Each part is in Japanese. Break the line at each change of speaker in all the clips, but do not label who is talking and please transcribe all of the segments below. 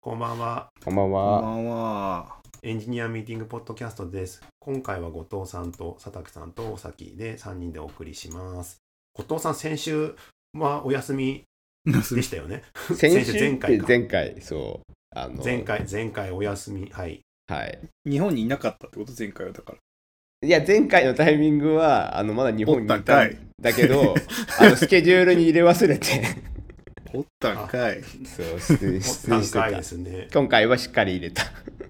こんばんは。
こんばん
こんば
は。
んは。
エンジニアミーティングポッドキャストです。今回は後藤さんと佐竹さんとおさきで3人でお送りします。後藤さん、先週はお休みでしたよね。
先
先週
週
前
前
回
回
か
前回そうあの
前回、前回お休み。はい。
はい。
日本にいなかったってこと前回はだから。
いや前回のタイミングはあのまだ日本にいた
お
ん
ったんかい
だけどあのスケジュールに入れ忘れて
おったんかい。
そう出演出演
3
してた
回ですね。
今回はしっかり入れた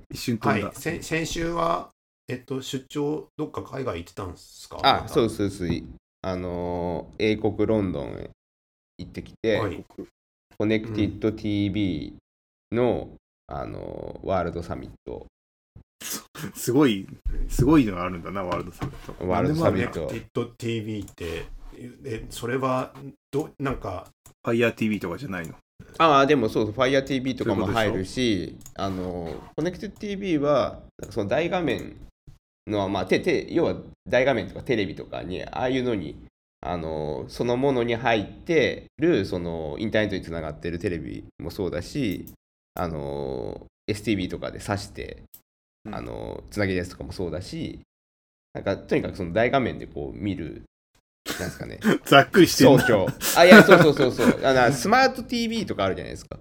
一瞬飛
は
ん
い
だ。。
せ先週は、えっと、出張、どっか海外行ってたんですか
あそううそうそうあの英国ロンドンへ行ってきて、
はい。
コネクティッド TV の、あのワールドサミット
すごい、すごいのがあるんだな、ワールドサミット。
ワールド
コ
サ
ネ
ミ
クテ
ット
ィッド TV って、え、それは、ど、なんか、
ファイヤー TV とかじゃないの。
ああでもそうそう FireTV とかも
そういう
入
こと
る
で
しあのコネクティッド TV はなんかその大画面のまあてて要は大画面とかテレビとかにああいうのにあのそのものに入ってるそのインターネットにつながってるテレビもそうだしあの STV とかで挿して
うん
あのつなげるやつとかもそうだしなんかとにかくその大画面でこう見るなんですかね
ざっくりして
総
るな。
評あいやそうそうそうそうあのスマート TV とかあるじゃないですか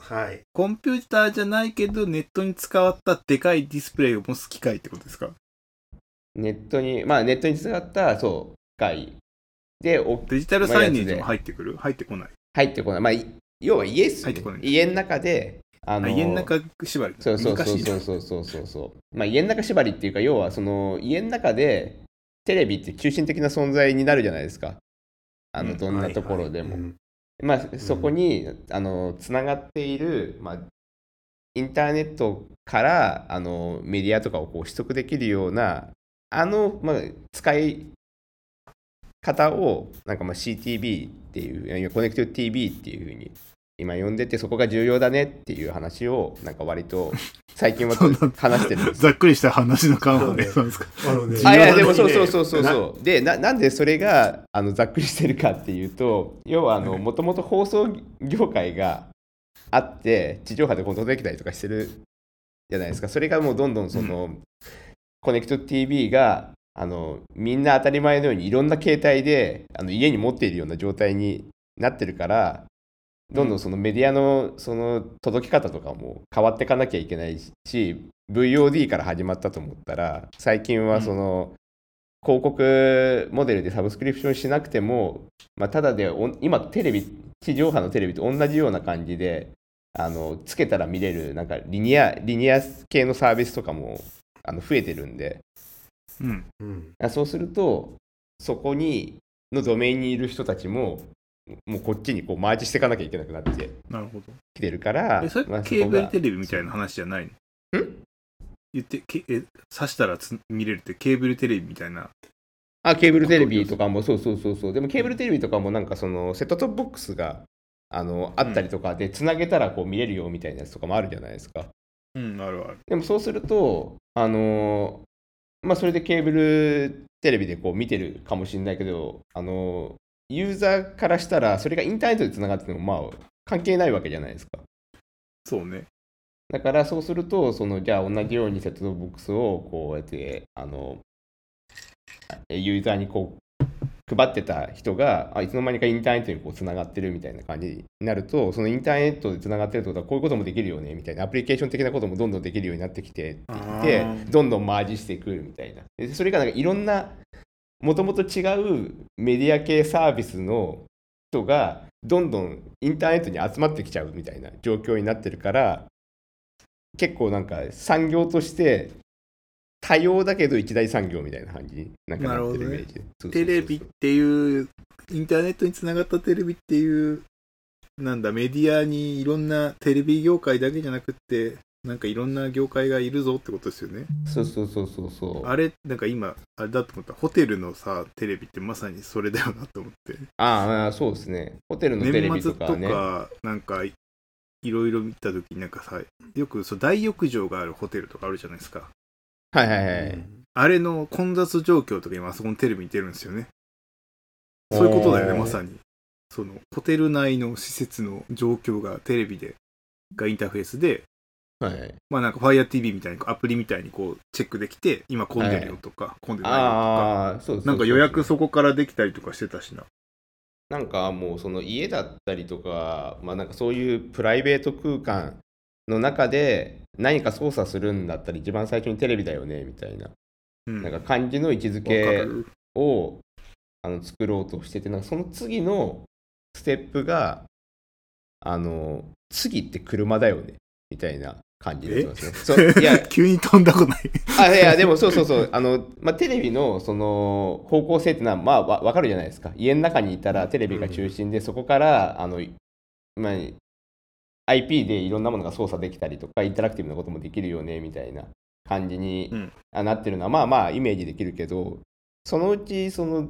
はい。
コンピューターじゃないけど、ネットに使わったでかいディスプレイを持つ機械ってことですか
ネットに、まあネットにつながった、そう、機械でお
デジタルサイネージも入ってくる入ってこない。
入ってこない。まあ、い要は家っす
入
よ
っ
ね
てこない
家の中で、あ
あ
の、
家の中縛りだ。
そうそう
難
そ
し
う
い
そう
な。
そうそうそうそう。まあ家の中縛りっていうか、要はその家の中でテレビって中心的な存在になるじゃないですか。あ
う
の、
ん
どんなところでも
はい。はいうん
まあ、そこに、あのつながっている、まあ、インターネットからあのメディアとかをこう取得できるようなあの、まあ、使い方をなんかまあ CTV っていういやコネクティブ TV っていうふうに今呼んでてそこが重要だねっていう話をなんか割と最近は
そうなんだ
話してるんです
ざっくりした話の感で。
そ
そうですか。
あのね
あいや
非
で
常
も
に
そう
ね
そうそうそう
な
そうでななんでそれがあのざっくりしてるかっていうと要はあのもともと放送業界があって地上波でコントできたりとかしてるじゃないですかそれがもうどんどんその、コネクト TV があのみんな当たり前のようにいろんな携帯であの家に持っているような状態になってるからどんどんそのメディアのその届き方とかも変わっていかなきゃいけないし VOD から始まったと思ったら最近はその広告モデルでサブスクリプションしなくても、まあ、ただでお今テレビ地上波のテレビと同じような感じであのつけたら見れるなんかリニアリニア系のサービスとかもあの増えてるんで
うん。
うん
あそうするとそこにのドメインにいる人たちももうこっちにこうマーチしていかなきゃいけなくなって
なるほど。
きてるから
え、それ
まあ
ケー
こ
ブ
が
ルテレビみたいな話じゃないの
ん
言って、けえ、刺したらつ見れるってケーブルテレビみたいな。
あケーブルテレビとかもそうそうそうそうでもケーブルテレビとかもなんかそのセットトップボックスがあのあったりとかでつなげたらこう見れるよみたいなやつとかもあるじゃないですか
うん、あるある。
でもそうすると、あのーまあ、それでケーブルテレビでこう見てるかもしれないけど、あのーユーザーからしたら、それがインターネットでつながってても、まあ、関係ないわけじゃないですか。
そうね。
だからそうすると、そのじゃあ同じようにセットボックスをこうやって、あのえユーザーにこう配ってた人があいつの間にかインターネットにこうつながってるみたいな感じになると、そのインターネットでつながってるってことは、こういうこともできるよねみたいな、アプリケーション的なこともどんどんできるようになってきてって
あー
どんどんマージしてくるみたいなでそれがなんかいろんなもともと違うメディア系サービスの人がどんどんインターネットに集まってきちゃうみたいな状況になってるから結構なんか産業として多様だけど一大産業みたいな感じになんかなってるイメージ、そうそうそう
テレビっていう、インターネットにつながったテレビっていう、なんだ、メディアにいろんなテレビ業界だけじゃなくって、なんかいろんな業界がいるぞってことですよね。
そうそうそうそうそう
あれ、なんか今、あれだと思った。ホテルのさ、テレビってまさにそれだよなと思って。
ああそうですねホテルのテレ
年
ビ
末
と
と
か
か、
ね
なんか、いろいろ見たときになんかさ、よくそう大浴場があるホテルとかあるじゃないですか。
はいはいはい、
うん
あれの混雑状況とか今あそこのテレビに出るんですよね。そういうことだよ
お
ね、
ー
まさに。その、ホテル内の施設の状況がテレビでがインターフェースで、
はい。
まあなんか FireTV みたいにこうアプリみたいにこうチェックできて、今混んでるよとか、混んでないよとか、
ああ、そうそうそうそう
なんか予約そこからできたりとかしてたしな。
なんかもうその家だったりとか、まあなんかそういうプライベート空間の中で何か操作するんだったら一番最初にテレビだよねみたいな、
うん。
なん
わ
か感じの位置づ
か
け
る、
をあの作ろうとしてて、なんかその次のステップが、あの、次って車だよねみたいな感じだったんですね。そういや
急に飛んだことない。
あいやでもそうそうそうあの、まあ、テレビのその方向性ってのはまあわ分かるじゃないですか家の中にいたらテレビが中心で、そこからあの、まあ、IP でいろんなものが操作できたりとかインタラクティブなこともできるよねみたいな感じに、
うん
あなってるのはまあまあイメージできるけどそのうちその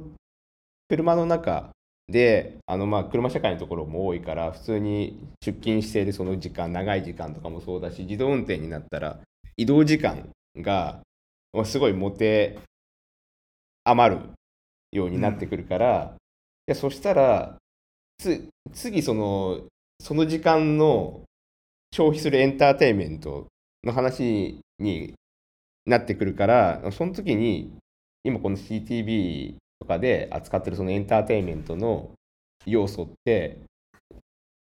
車の中であのまあ車社会のところも多いから普通に出勤しているその時間長い時間とかもそうだし自動運転になったら移動時間がまあすごい持て余るようになってくるから、いやそしたらつ次そのその時間の消費するエンターテインメントの話になってくるからその時に今この CTV とかで扱ってるそのエンターテインメントの要素って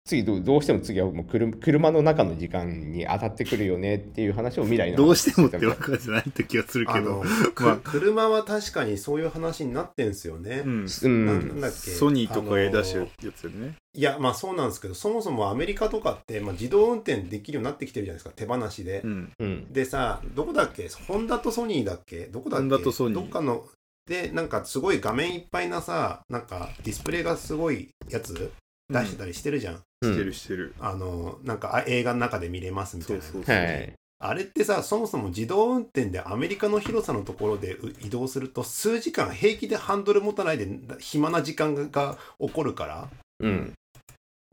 次どうどうしても次はもう車車の中の時間に当たってくるよねっていう話を未来の話
どうしてもってわけじゃないって気がする
あ
け
の
ど。、
く
まあ
車は確かにそういう話になってんすよね。
うん。
うん
ななんだっけ
ソニーとか A ダッシ
あ
ュ
の
やつよね。
いや、まあそうなんですけど、そもそもアメリカとかって、まあ、自動運転できるようになってきてるじゃないですか、手放しで。
うん。
うん
でさ、どこだっけホンダとソニーだっけどこだっけ
ホンダとソニー
どっかの、で、なんかすごい画面いっぱいなさ、なんかディスプレイがすごいやつ出してたりしてるじゃん。
うん
してるしてる。
あの、なんかあ映画の中で見れますみたい
そう
な。
そうそう。
はい
あれってさ、そもそも自動運転でアメリカの広さのところでう移動すると、数時間平気でハンドル持たないで暇な時間がが起こるから、
うん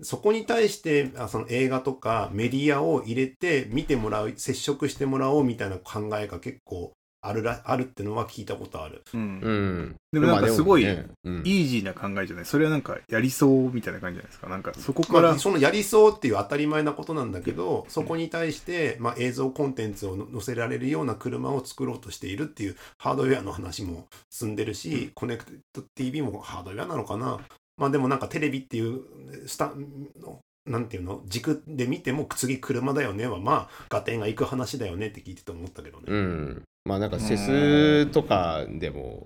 そこに対してあその映画とかメディアを入れて見てもらう接触してもらおうみたいな考えが結構あるらあるってのは聞いたことある。
うん
うん
でもなんかすごい
まあでもねうん
イージーな考えじゃない。それはなんかやりそうみたいな感じじゃないですか。なんかそこか
ま
ら
あ、そのやりそうっていう当たり前なことなんだけどそこに対して、まあ、映像コンテンツをの載せられるような車を作ろうとしているっていうハードウェアの話も進んでるしコネクト TV もハードウェアなのかなまあでもなんかテレビっていうスタのなんていうの軸で見ても次車だよねはまあ合点がいく話だよねって聞いてて思ったけどね。
うん、まあなんかセ
う
ス
ー
とかでも、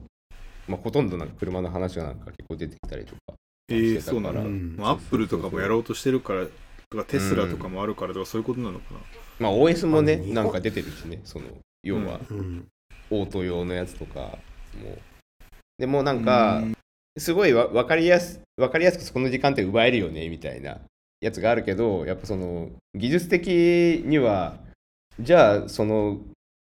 まあ、ほとんどなんか車の話がなんか結構出てきたりとか
え
して
ー、
た
そうな
か
の、
ら、
うん
まあ、アップルとかもやろうとしてるからとかテスラとかもあるからとかそういうことなのかな、
まあ OS もね
あの日本
なんか出てるしねその要は
うん
オート用のやつとかも、でもなんかすごいわ分かりやす分かりやすくそこの時間って奪えるよねみたいなやつがあるけどやっぱその技術的にはじゃあその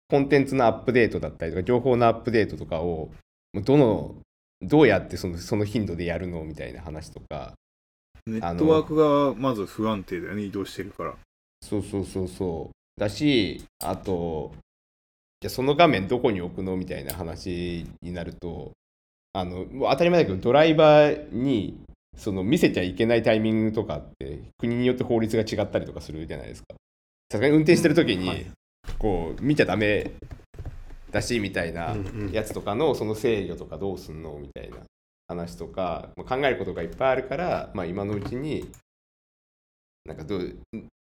コンテンツのアップデートだったりとか情報のアップデートとかをもうどのどうやってそのその頻度でやるのみたいな話とか
ネットワークがまず不安定だよね移動してるから
そうそうそうそうだしあとじゃあその画面どこに置くのみたいな話になるとあのもう当たり前だけどドライバーにその見せちゃいけないタイミングとかって国によって法律が違ったりとかするじゃないですかさすがに運転してる時
は
に
い
こう見ちゃダメだしみたいな
うんうん
やつとかのその制御とかどうすんのみたいな話とか、まあ、考えることがいっぱいあるから、まあ、今のうちになんかどう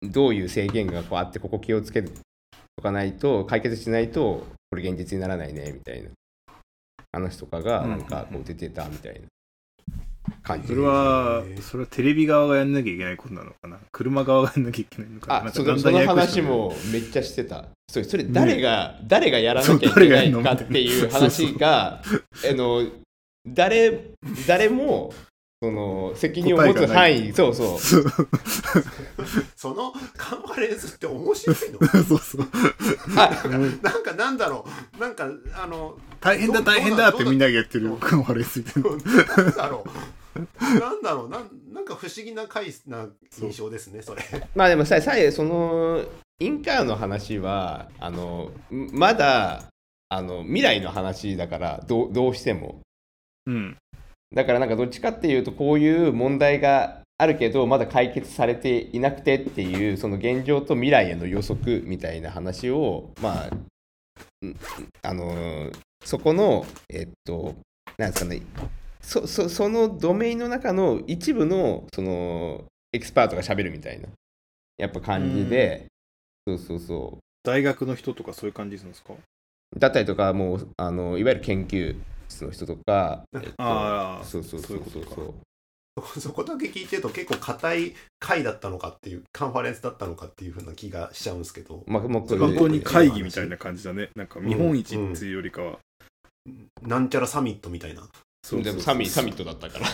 どういう制限がこうあってここ気をつけとかないと解決しないとこれ現実にならないねみたいな話とかが
うん
なんかこう出てたみたいな感じ
それは
へー
それはテレビ側がやんなきゃいけないことなのかな車側がやんなきゃいけないのかなな
あ
んか
そ
だ
の
ん
そ
だん
の
ややこし
話
くなる
もめっちゃしてたそれそれ誰が、誰がやらなきゃい
そう
け
誰が
な
や
い
んの
かっていう話があの誰誰もその責任を持つ
答え
範囲そう そう
そう
そのカンファレンスって面白いの
そうそう
あ
なんかなんだろうなんかあの
大変だ
どう
大変だっ
どう
てみんなが言ってる
どう
カンファレンスみたいな
なんだろう。なんだろうなん、なんか不思議な回な印象ですね、それ。
まあでもささえそのインカーの話はあのまだあの未来の話だからどうどうしても
うん
だからなんかどっちかっていうとこういう問題があるけどまだ解決されていなくてっていうその現状と未来への予測みたいな話をまあうんあのーそこのえっとなんですかねそそそのドメインの中の一部のそのエキスパートが喋るみたいなやっぱ感じで、そうそうそう
大学の人とかそういう感じするんですか
だったりとかもうあのいわゆる研究室の人とか、えっと
ああ
そうそうそうそうそう
そういうこ
そこだけ聞いてると結構硬い回だったのかっていうカンファレンスだったのかっていうふうな気がしちゃうんですけど
まあもうこれ
本当に
か
会議みたいな感じだねなんか見本市っていうよりかは、
なんちゃらサミットみたいな
そう
で
そう
も
そう
サミサミットだったから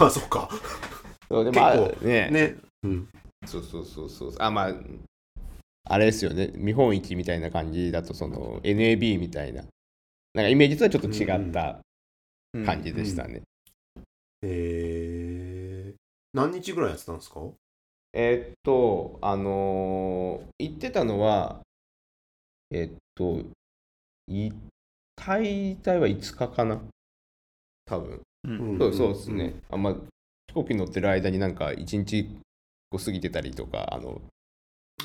まあそっか
そうで
結
もあ
構
ね
ね、うん、
そうそうそうそうあまああれですよね見本市みたいな感じだとその NAB みたいななんかイメージとはちょっと違った
うん
感じでしたね、
えー、何日ぐらいやってたんですか
えーっと、あのー言ってたのは、えーっと、い滞在は5日かな多分。
うん
そうそうですね。あんま飛行機乗ってる間になんか1日こう過ぎてたりとか、あの、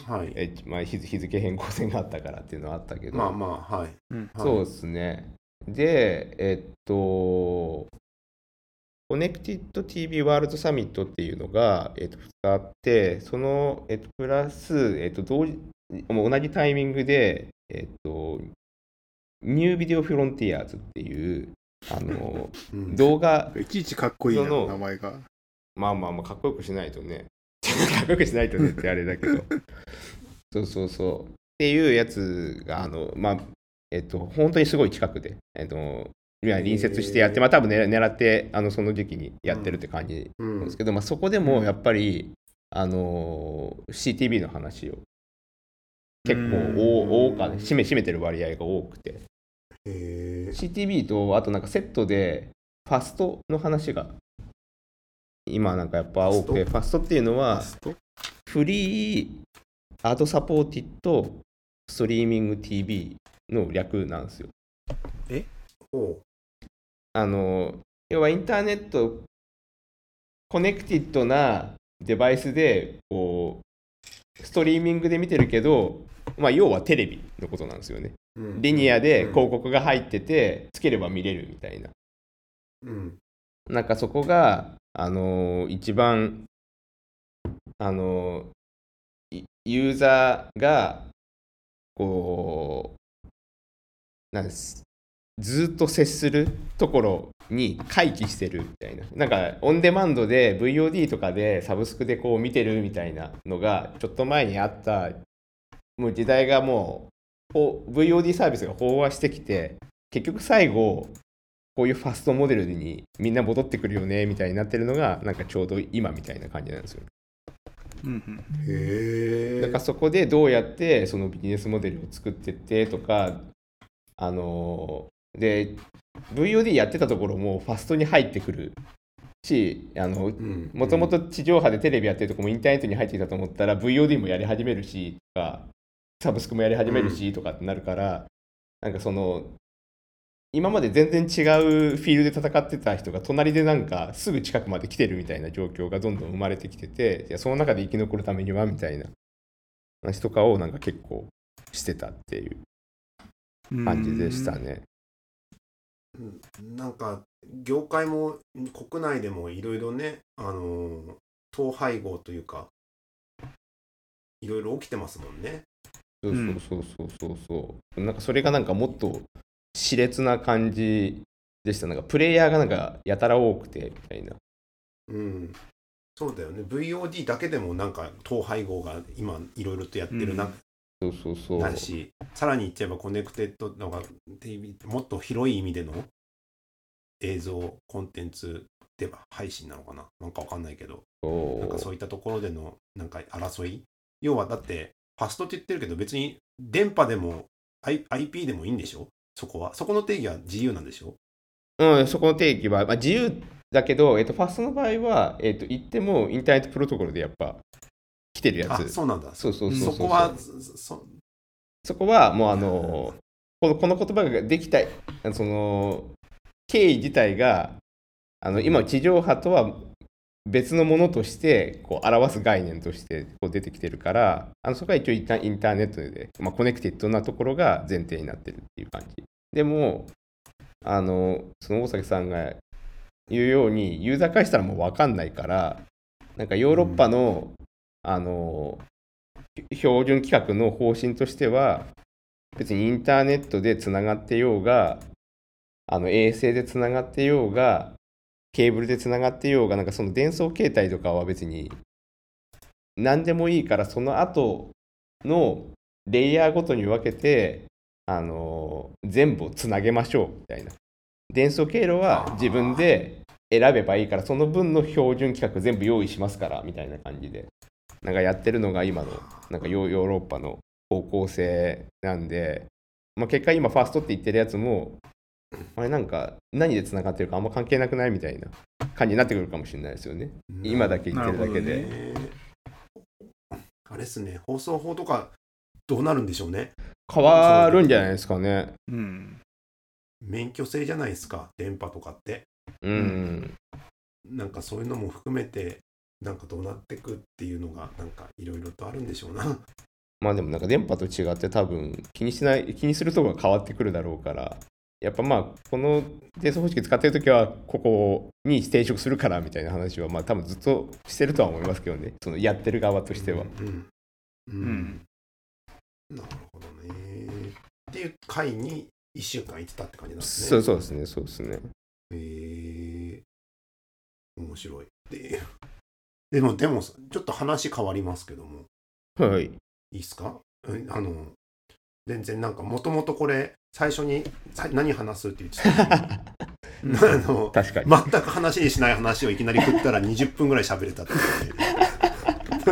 はい
えまあ、日日付変更線があったからっていうのはあったけど、
まあまあはい、
うん
はい
そうですね。で、えっと、コネクティッド TV ワールドサミットっていうのが、えっと、2つあって、その、えっと、プラス、えっと、同時もう同じタイミングで、えっと、ニュービデオフロンティアーズっていう、あ の、
うん
動画、
いちいちかっこいいな
その
名前が
まあまあまあ、かっこよくしないとね。 かっこよくしないとねってあれだけど。 そうそうそう。っていうやつが、あの、まあ、えっと、本当にすごい近くで、えっと、いや隣接してやって、まあ多分ね狙って、あの、その時期にやってるって感じ
う
なん
ん
ですけど、まあそこでもやっぱり、あのー、CTV の話を結構多多かね、占め占めてる割合が多くて。
えー
CTV とあとなんかセットでファストの話が今なんかやっぱ多くてファストっていうのはフリーアドサポーティッドストリーミング TV の略なんですよ
おう
あの要はインターネットコネクティッドなデバイスでこうストリーミングで見てるけどまあ要はテレビのことなんですよね
うん
リニアで
うん
広告が入っててつければ見れるみたいな
うん
なんかそこが、あのー一番、あのーいユーザーが、こう、なんです。ずっと接するところに回帰してるみたいな。なんか、オンデマンドで VOD とかでサブスクでこう見てるみたいなのが、ちょっと前にあった、もう時代がもう、ほ VOD サービスが飽和してきて、結局最後、こういうファストモデルにみんな戻ってくるよねみたいになってるのがなんかちょうど今みたいな感じなんですよ。
うんうん
へえ
だからそこでどうやってそのビジネスモデルを作ってってとかあのーで VOD やってたところもファストに入ってくるしあのもともと地上波でテレビやってるとこもインターネットに入ってきたと思ったら VOD もやり始めるしとかサブスクもやり始めるしとかってなるから、なんかその今まで全然違うフィールドで戦ってた人が隣でなんかすぐ近くまで来てるみたいな状況がどんどん生まれてきてていやその中で生き残るためにはみたいな話とかをなんか結構してたっていう
うん
感じでしたね。
うんなんか業界も国内でもいろいろねあのー統廃合というかいろいろ起きてますもんね。
そううんそうそうそうそう、うなんかそれがなんかもっと熾烈な感じでしたなんかプレイヤーがなんかやたら多くてみたいな
うん、そうだよね VOD だけでもなんか統廃合が今いろいろとやってるな、
そうそうそう
なるしさらに言っちゃえばコネクテッドのが TV もっと広い意味での映像コンテンツでは配信なのかななんかわかんないけど
そう
なんかそういったところでのなんか争い要はだってファストって言ってるけど別に電波でも、I、IP でもいいんでしょそこはそこの定義は自由なんでしょ
うん、そこの定義は、まあ、自由だけど、えっと、ファストの場合は、えっと、言ってもインターネットプロトコルでやっぱ来てるや
あ
つ
そうなんだそ
そうそうそうそう
そこはそそ
そこはもうあのこのこの言葉ができたあのその経緯自体があの今地上波とは別のものとしてこう表す概念としてこう出てきてるからあのそこは一応一旦インターネットで、まあ、コネクティッドなところが前提になってるっていう感じでもあのその大崎さんが言うようにユーザー化したらもう分かんないからなんかヨーロッパの、あの標準規格の方針としては別にインターネットでつながってようがあの衛星でつながってようがケーブルでつながってようがなんかその伝送形態とかは別に何でもいいからその後のレイヤーごとに分けてあの全部をつなげましょうみたいな伝送経路は自分で選べばいいからその分の標準規格全部用意しますからみたいな感じでなんかやってるのが今のなんかヨーヨーロッパの方向性なんで、まあ、結果今ファーストって言ってるやつもあれなんか何でつながってるかあんま関係なくないみたいな感じになってくるかもしれないですよね今だけ言ってるだけで、
なる
あれですね、放送法とかどうなるんでしょうね。
変わるんじゃないですかね
うん。
免許制じゃないですか、電波とかって。
うん
なんかそういうのも含めて、なんかどうなってくっていうのが、なんかいろいろとあるんでしょうな。
まあでもなんか電波と違って多分気にしない気にするとこが変わってくるだろうからやっぱまあこの伝送方式使ってる時はここに定職するからみたいな話はまあ多分ずっとしてるとは思いますけどねそのやってる側としては。
うん。うん。
ん
なるほどね。っていう回に1週間行ってたって感じなんですね。
そうそうですねそうですね。
へえ面白い。で、でも、でも、ちょっと話変わりますけども、
はい。
いいっすかうんあの、全然なんか、もともとこれ、最初にさ何話すって言ってたの にあの、
確かに。
全く話にしない話をいきなり振ったら20分ぐらい喋れたってい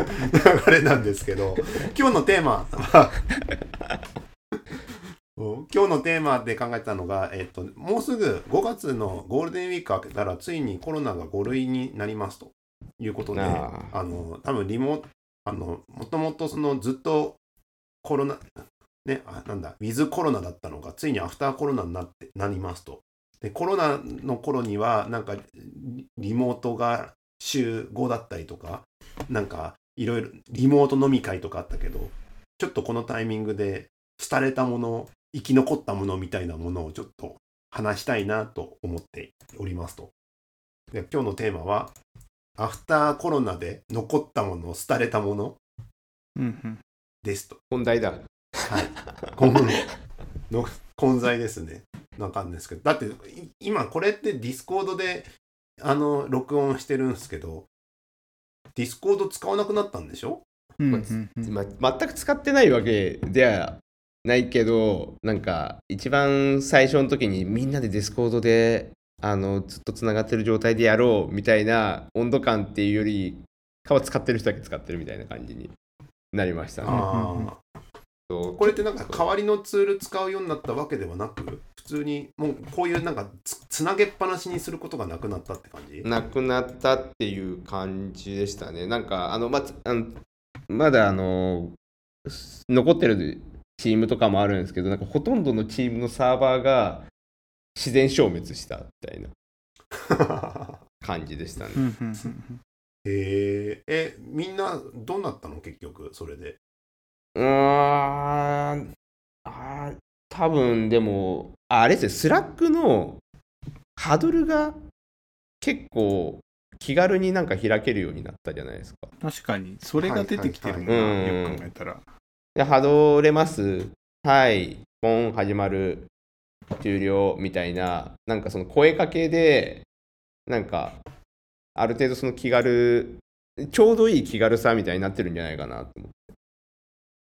う 流れなんですけど今日のテーマは今日のテーマで考えたのが、えっと、もうすぐ5月のゴールデンウィーク明けたらついにコロナが5類になりますということで
あ
あの多分リモあのもともとそのずっとコロナねあなんだウィズコロナだったのがついにアフターコロナになってなりますとでコロナの頃にはなんかリリモートが週5だったりとかなんかいろいろリモート飲み会とかあったけどちょっとこのタイミングで廃れたもの生き残ったものみたいなものをちょっと話したいなと思っておりますとで今日のテーマはアフターコロナで残ったもの廃れたもの
うん。
ですと
本題だ。
はい。混の混在ですね。なんかあるんですけど。だって、い今これってディスコードで、あの、録音してるんですけど、ディスコード使わなくなったんでしょ
うんん。
ま、全く使ってないわけではないけどなんか一番最初の時にみんなでディスコードであのずっとつながってる状態でやろうみたいな温度感っていうよりかは使ってる人だけ使ってるみたいな感じになりましたね。
あ
うんうん
あ。
そう
これってなんか代わりのツール使うようになったわけではなく、普通にもうこういうなんかつつなげっぱなしにすることがなくなったって感じ
なくなったっていう感じでしたね。なんかあのまつあのまだあのす残ってるチームとかもあるんですけどなんかほとんどのチームのサーバーが自然消滅したみたいな感じでしたね。
うんうんうん
へえ。え、みんなどうなったの結局、それで。
うーんあー多分でもああれですねスラックのハードルが結構気軽になんか開けるようになったじゃないですか。
確かに、それが出てきてるもんな、
はいはいはい
よく考えたら。
で、波動れます。はい、ポン、始まる、終了みたいな、なんかその声かけで、なんか、ある程度その気軽、ちょうどいい気軽さみたいになってるんじゃないかなと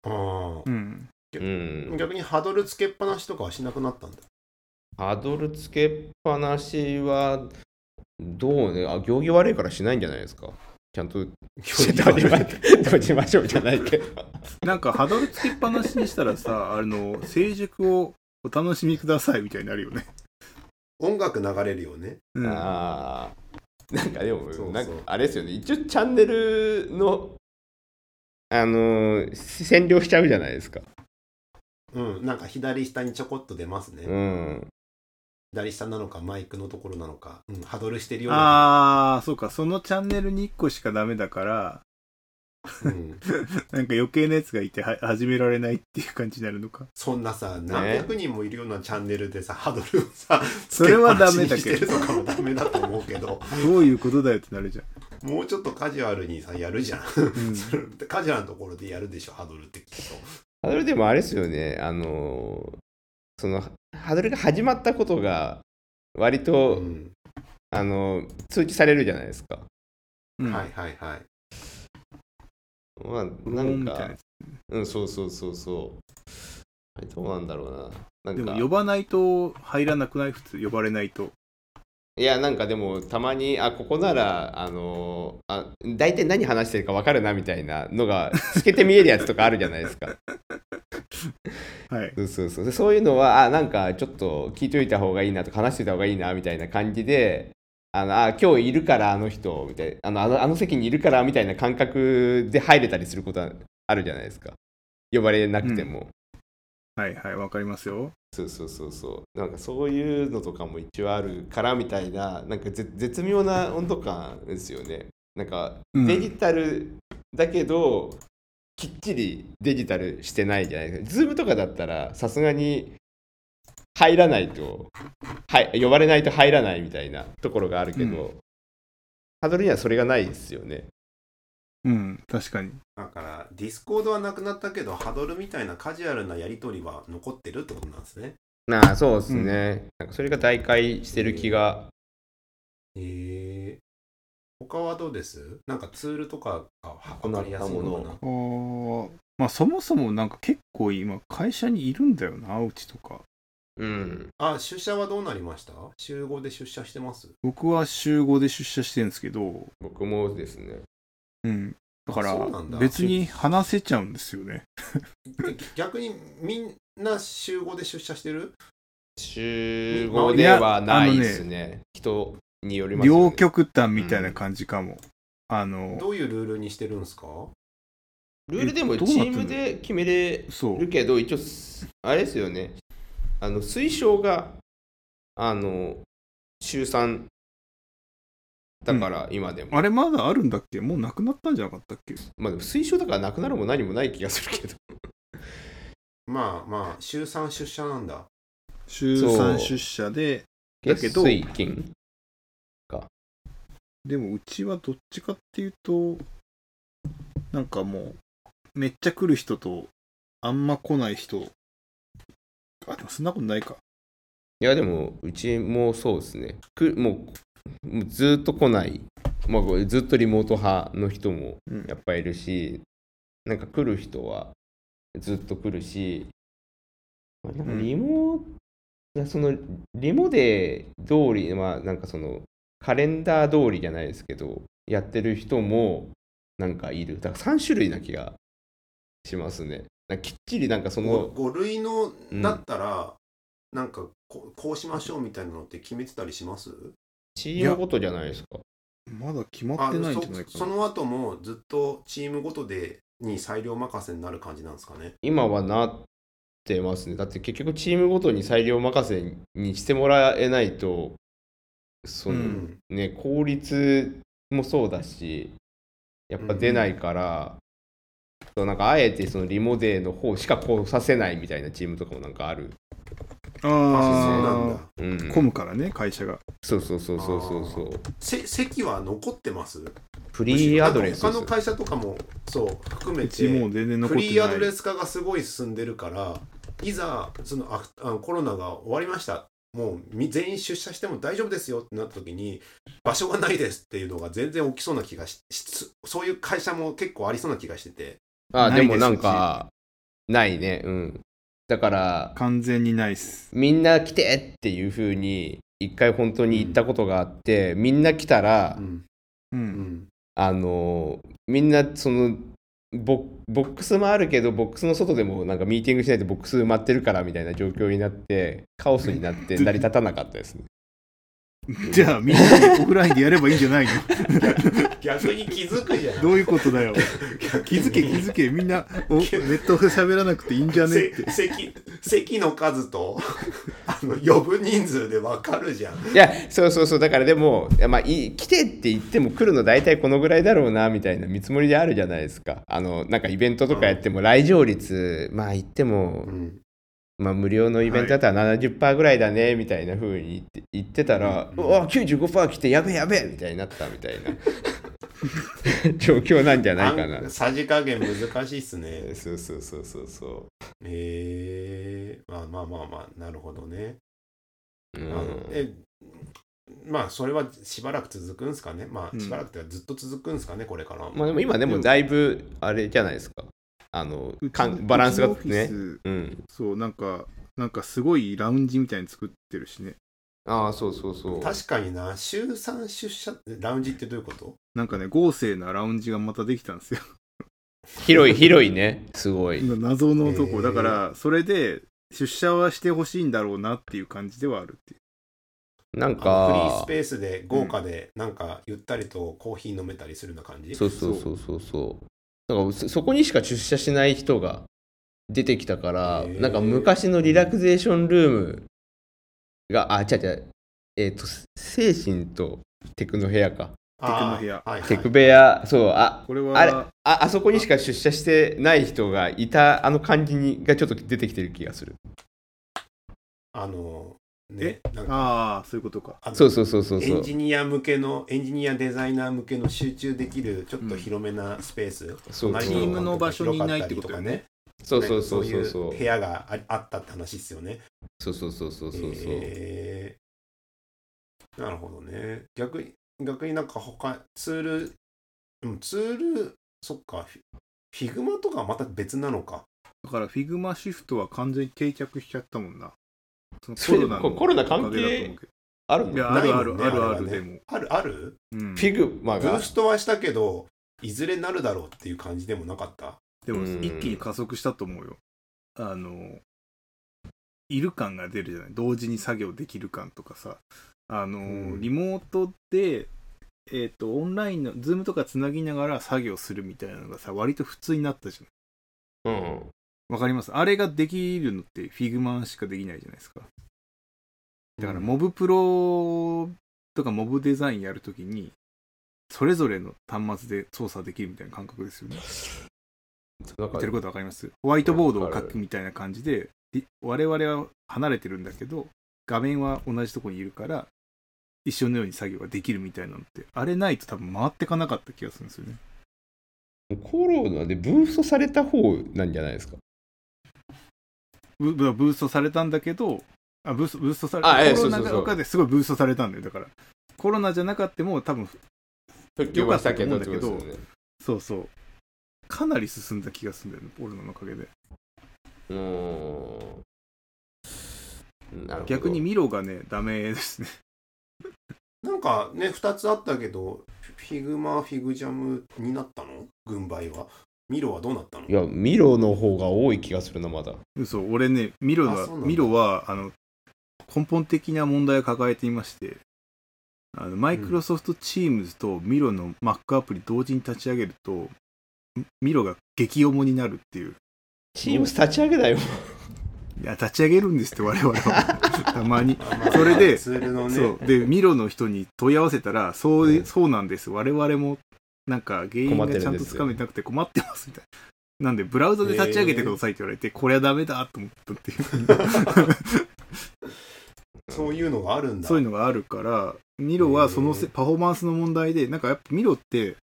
思
あ
うん。
う。うん
あ。。逆にハドルつけっぱなしとかはしなくな ったんだ。
ハードルつけっぱなしは、どうね、あ、行儀悪いからしないんじゃないですか。ちゃんと、ちょっと待って 閉じましょうじゃないけど。
なんか、ハードルつきっぱなしにしたらさ、あの、成熟をお楽しみくださいみたいになるよね。
音楽流れるよね。
うん。
ああなんかでも
そうそう
なんかあれですよね一応チャンネルのあのー占領しちゃうじゃないですか
うん、なんか左下にちょこっと出ますね。
うん
左下なのかマイクのところなのか、うん、ハドルしてるような、
ああ、そうか、そのチャンネルに1個しかダメだから、
うん、
なんか余計なやつがいては始められないっていう感じになるのか。
そんなさ何百人もいるようなチャンネルでさハドルをさ
それはダメだ
つ
け
けっぱなしにしてる
ど、
とかもダメだと思うけ ど
どういうことだよってなるじゃん。
もうちょっとカジュアルにさやるじゃん
うん
それカジュアルなところでやるでしょハドルってきっと
ハドルでもあれですよね、あのーそのハドルが始まったことが割と、
うん
あのー通知されるじゃないですか。
うん
はいはいはい
まあ、
無
なん
音みた
か
いなや、
うん、そうそうそうそう。あれどうなんだろうな。な
つで
んか
も呼ばないと入らなくない普通呼ばれないと。
いや、なんかでも、たまに、あ、ここなら、あのーあ、大体何話してるか分かるなみたいなのが、透けて見えるやつとかあるじゃないですか。
はい。
そうそうそう。でそういうのは、あ、なんか、ちょっと聞いといた方がいいなとか、話していた方がいいなみたいな感じで、あのあ今日いるからあの人みたいなあのあのあの席にいるからみたいな感覚で入れたりすることはあるじゃないですか呼ばれなくても、
はいはい、わかりますよ。
そうそうそうそうなんかそういうのとかも一応あるからみたいななんかぜ絶妙な温度感ですよねなんか
うん
デジタルだけど、きっちりデジタルしてないじゃないですかズームとかだったらさすがに入らないと、はい、呼ばれないと入らないみたいなところがあるけど、
う
ハードルにはそれがないですよね
うん、確かに。
だからディスコードはなくなったけどハドルみたいなカジュアルなやり取りは残ってるってことなんですね
ああそうです
ね
なんかそれが大会してる気が
へえ他はどうですなんかツールとかが運ばれやすいのかな
あまあそもそもなんか結構今会社にいるんだよな、うちとか。
うん
あ出社はどうなりました週5で出社してます
僕は週5で出社してるんですけど、
僕もですね
うん。だか
あそうなんだ
ら別に話せちゃうんですよね。
え 逆にみんな週5で出社してる
集合ではないですね。人によりますよね、
両極端みたいな感じかも。あの、
どういうルールにしてるんですか
ルールでも
え
チ
どうなっ
ー
てんの
ムで決めれ
そう
る。けど、一応、すあれですよね。あの推奨が、あの、週3だから、今でも。
あれまだあるんだっけもうなくなったんじゃなかったっけ
まあ、でも推奨だからなくなるも何もない気がするけど。
まあまあ週3出社なんだ
週
そう
3出社で、だけ
月
ど
水金
でもうちはどっちかっていうと、なんかもう、めっちゃ来る人と、あんま来ない人。あ、でもそんなことないか。
いや、でも、うちもそうですね。くもう、もうずっと来ない、まあ、これずっとリモート派の人も
うん
やっぱいるし、なんか来る人はずっと来るし、まあなんか
うん
リモ、いやそのリモで通り、まあなんかそのカレンダー通りじゃないですけど、やってる人もなんかいる。だから3種類な気がしますね。なんかきっちりなんかその
5, 類の
うん
だったら、なんかここうしましょうみたいなのって決めてたりします
チームごとじゃないですか。
まだ決ま
あ
ってないんじゃない
そ
か
そ
な。
の後もずっとチームごとでに裁量任せになる感じなんですかね
今はなってますね。だって結局チームごとに裁量任せにしてもらえないと、その、
うん
ね、効率もそうだし、やっぱ出ないから、そうなんかあえてそのリモデーの方しかこうさせないみたいなチームとかもなんかある。
あ
あ
そう
ー
なんだ
うん、
混むからね、会社が。
そうそうそうそうそうそう。
せ席は残ってます
フリーアドレス
他
です
の
よ。
会社とかもそう含め
う
て
ちもう全然残
フ
って
リーア
な
ド
い。
レス化がすごい進んでるからいざそのああのコロナが終わりましたもうみ全員出社しても大丈夫ですよってなった時に場所がないですっていうのが全然起きそうな気がししそういう会社も結構ありそうな気がしてて
あ、でもな
な
いん
ですし
か、ないね。うん。だから、
完全にないっす。
みんな来てっていう風に一回本当に行ったことがあって、みんな来たら、
うん
う。
うんん
あのみんなそのボボックスもあるけどボックスの外でもなんかミーティングしないとボックス埋まってるからみたいな状況になってカオスになって成り立たなかったですね。
じゃあ、みんなでオフラインでやればいいんじゃないの
逆に気づくじゃん
どういうことだよ。気づけ気
く
づけ。みんな、おネットで喋らなくていいんじゃねって。
席席の数とあの呼ぶ人数でわかるじゃん。
いやそうそうそうだからでも、いやまあ、いい来てって言っても来るの大体このぐらいだろうなみたいな見積もりであるじゃないですかあのなんかイベントとかやっても来場率、まあ言っても
う、ん
まあ、無料のイベントだったら70%ぐらいだねみたいな風に言って言ってたら、
う
うんわ95%来てやべえやべえみたいになったみたいな状況なんじゃないかな
あんさじ加減難しいっすね。
そうそうそうそうそ
えー、まあまあまあまあ、なるほどね。あ
う、うん
のえまあ、それはしばらく続くんすかね。ま
う
あ、
ん
しばらくってかずっと続くんすかね、これからも。
まあでも今でもだいぶあれじゃないですかあの
うち
かんバランスが
うちのオ
ね
フィス
うん
そう、なんか、なんかすごいラウンジみたいに作ってるしね。
ああそうそうそう
確かにな、週3出社、ラウンジってどういうこと
なんかね、豪勢なラウンジがまたできたんですよ。
広い広いねすごい
謎のと
へー
こ。だから、それで出社はしてほしいんだろうなっていう感じではあるっていう。
なん
あのフリー
か
スペースで豪華で、なんかゆったりとコーヒー飲めたりするような感じ
そうそうそうそうそうなんかそそこにしか出社しない人が出てきたから
へー
なんか昔のリラクゼーションルームがあ違う違うえっ、と精神とテクノ部屋か
あー
テクの部屋
はいはい
テク部屋そうあ
これ
あれあ
は、
あそこにしか出社してない人がいたあの感じにがちょっと出てきてる気がする
あの、ね、なんか
ああ、そういうことか。
あの
そうそうそうそうそ
エン
う
ジニア向けの、エンジニアデザイナー向けの集中できる、ちょっと広めなスペース。
そう
隣
チームの場所にいないってことよね。
そうそうそうそう
ね
そう
い部屋がああったって話ですよね。
そうそうそうそうそうそう、
えーなるほどね。逆に、逆になんか他、ツール、うん、ツール、そっか、フィフィグマとかはまた別なのか。
だから、フィグマシフトは完全に定着しちゃったもんな。その
それ
の
こコロナ関係
おかげだと思うけ
ある
ど
の
いや、あ
ない
る
も
あ
ん
る、
ね
あるあ
あれは
る、
ね
でも。
あるある
うん
フィグマ
ブー
が
ストはしたけど、いずれなるだろうっていう感じでもなかった。
で
う
も
ん
一気に加速したと思うよ。あの、いる感が出るじゃない同時に作業できる感とかさ。あの、
うん
リモートで、えっ、と、オンラインの、ズームとかつなぎながら作業するみたいなのがさ、割と普通になったじゃん。
うん
わかりますあれができるのってフィグマしかできないじゃないですか。だから、
うん
モブプロとかモブデザインやるときに、それぞれの端末で操作できるみたいな感覚ですよね。
なんか
言ってることわかりますホワイトボードを書くみたいな感じで、い我々は離れてるんだけど、画面は同じとこにいるから、一緒のように作業ができるみたいなのって、あれないと多分回ってかなかった気がするんですよね。
コロナでブーストされた方なんじゃないですか
ブブブーストされたんだけど、あブーストブーストされ
あええ
コロナ
そうそうそう
の中ですごいブーストされたんだよ、だから。コロナじゃなかっても多分、
復
旧はしたけどってことです
ね
そうそう。かなり進んだ気がするんだよね、コロナのおかげで。
うんなるほど
逆にミロがね、ダメですね。
なんかね、2つあったけど、フィグマ、フィグジャムになったの軍配は。ミロはどうなったの
いやミロの方が多い気がするなまだ
嘘俺ねミロ
あ
は
そうなんだ
ミロはあの根本的な問題を抱えていましてあのマイクロソフトチームズとミロの Mac アプリ同時に立ち上げると、ミミロが激重になるっていう
チーム立ち上げだよ
いや立ち上げるんですって我々はたまに、
まあまあ
それで
ツールのね、
そうでミロの人に問い合わせたらそう,、
うん
そうなんです我々もなんか原因
困ってる
が
ん
ちゃん
で
と
す
つかめてなくて困ってますみたいななんでブラウザで立ち上げてくださいって言われて、これはダメだと思ったっていう
そういうのがあるんだ。
そういうのがあるから、ミロはそ
へ
のせ
ー
パフォーマンスの問題で、なんかやっぱミロって、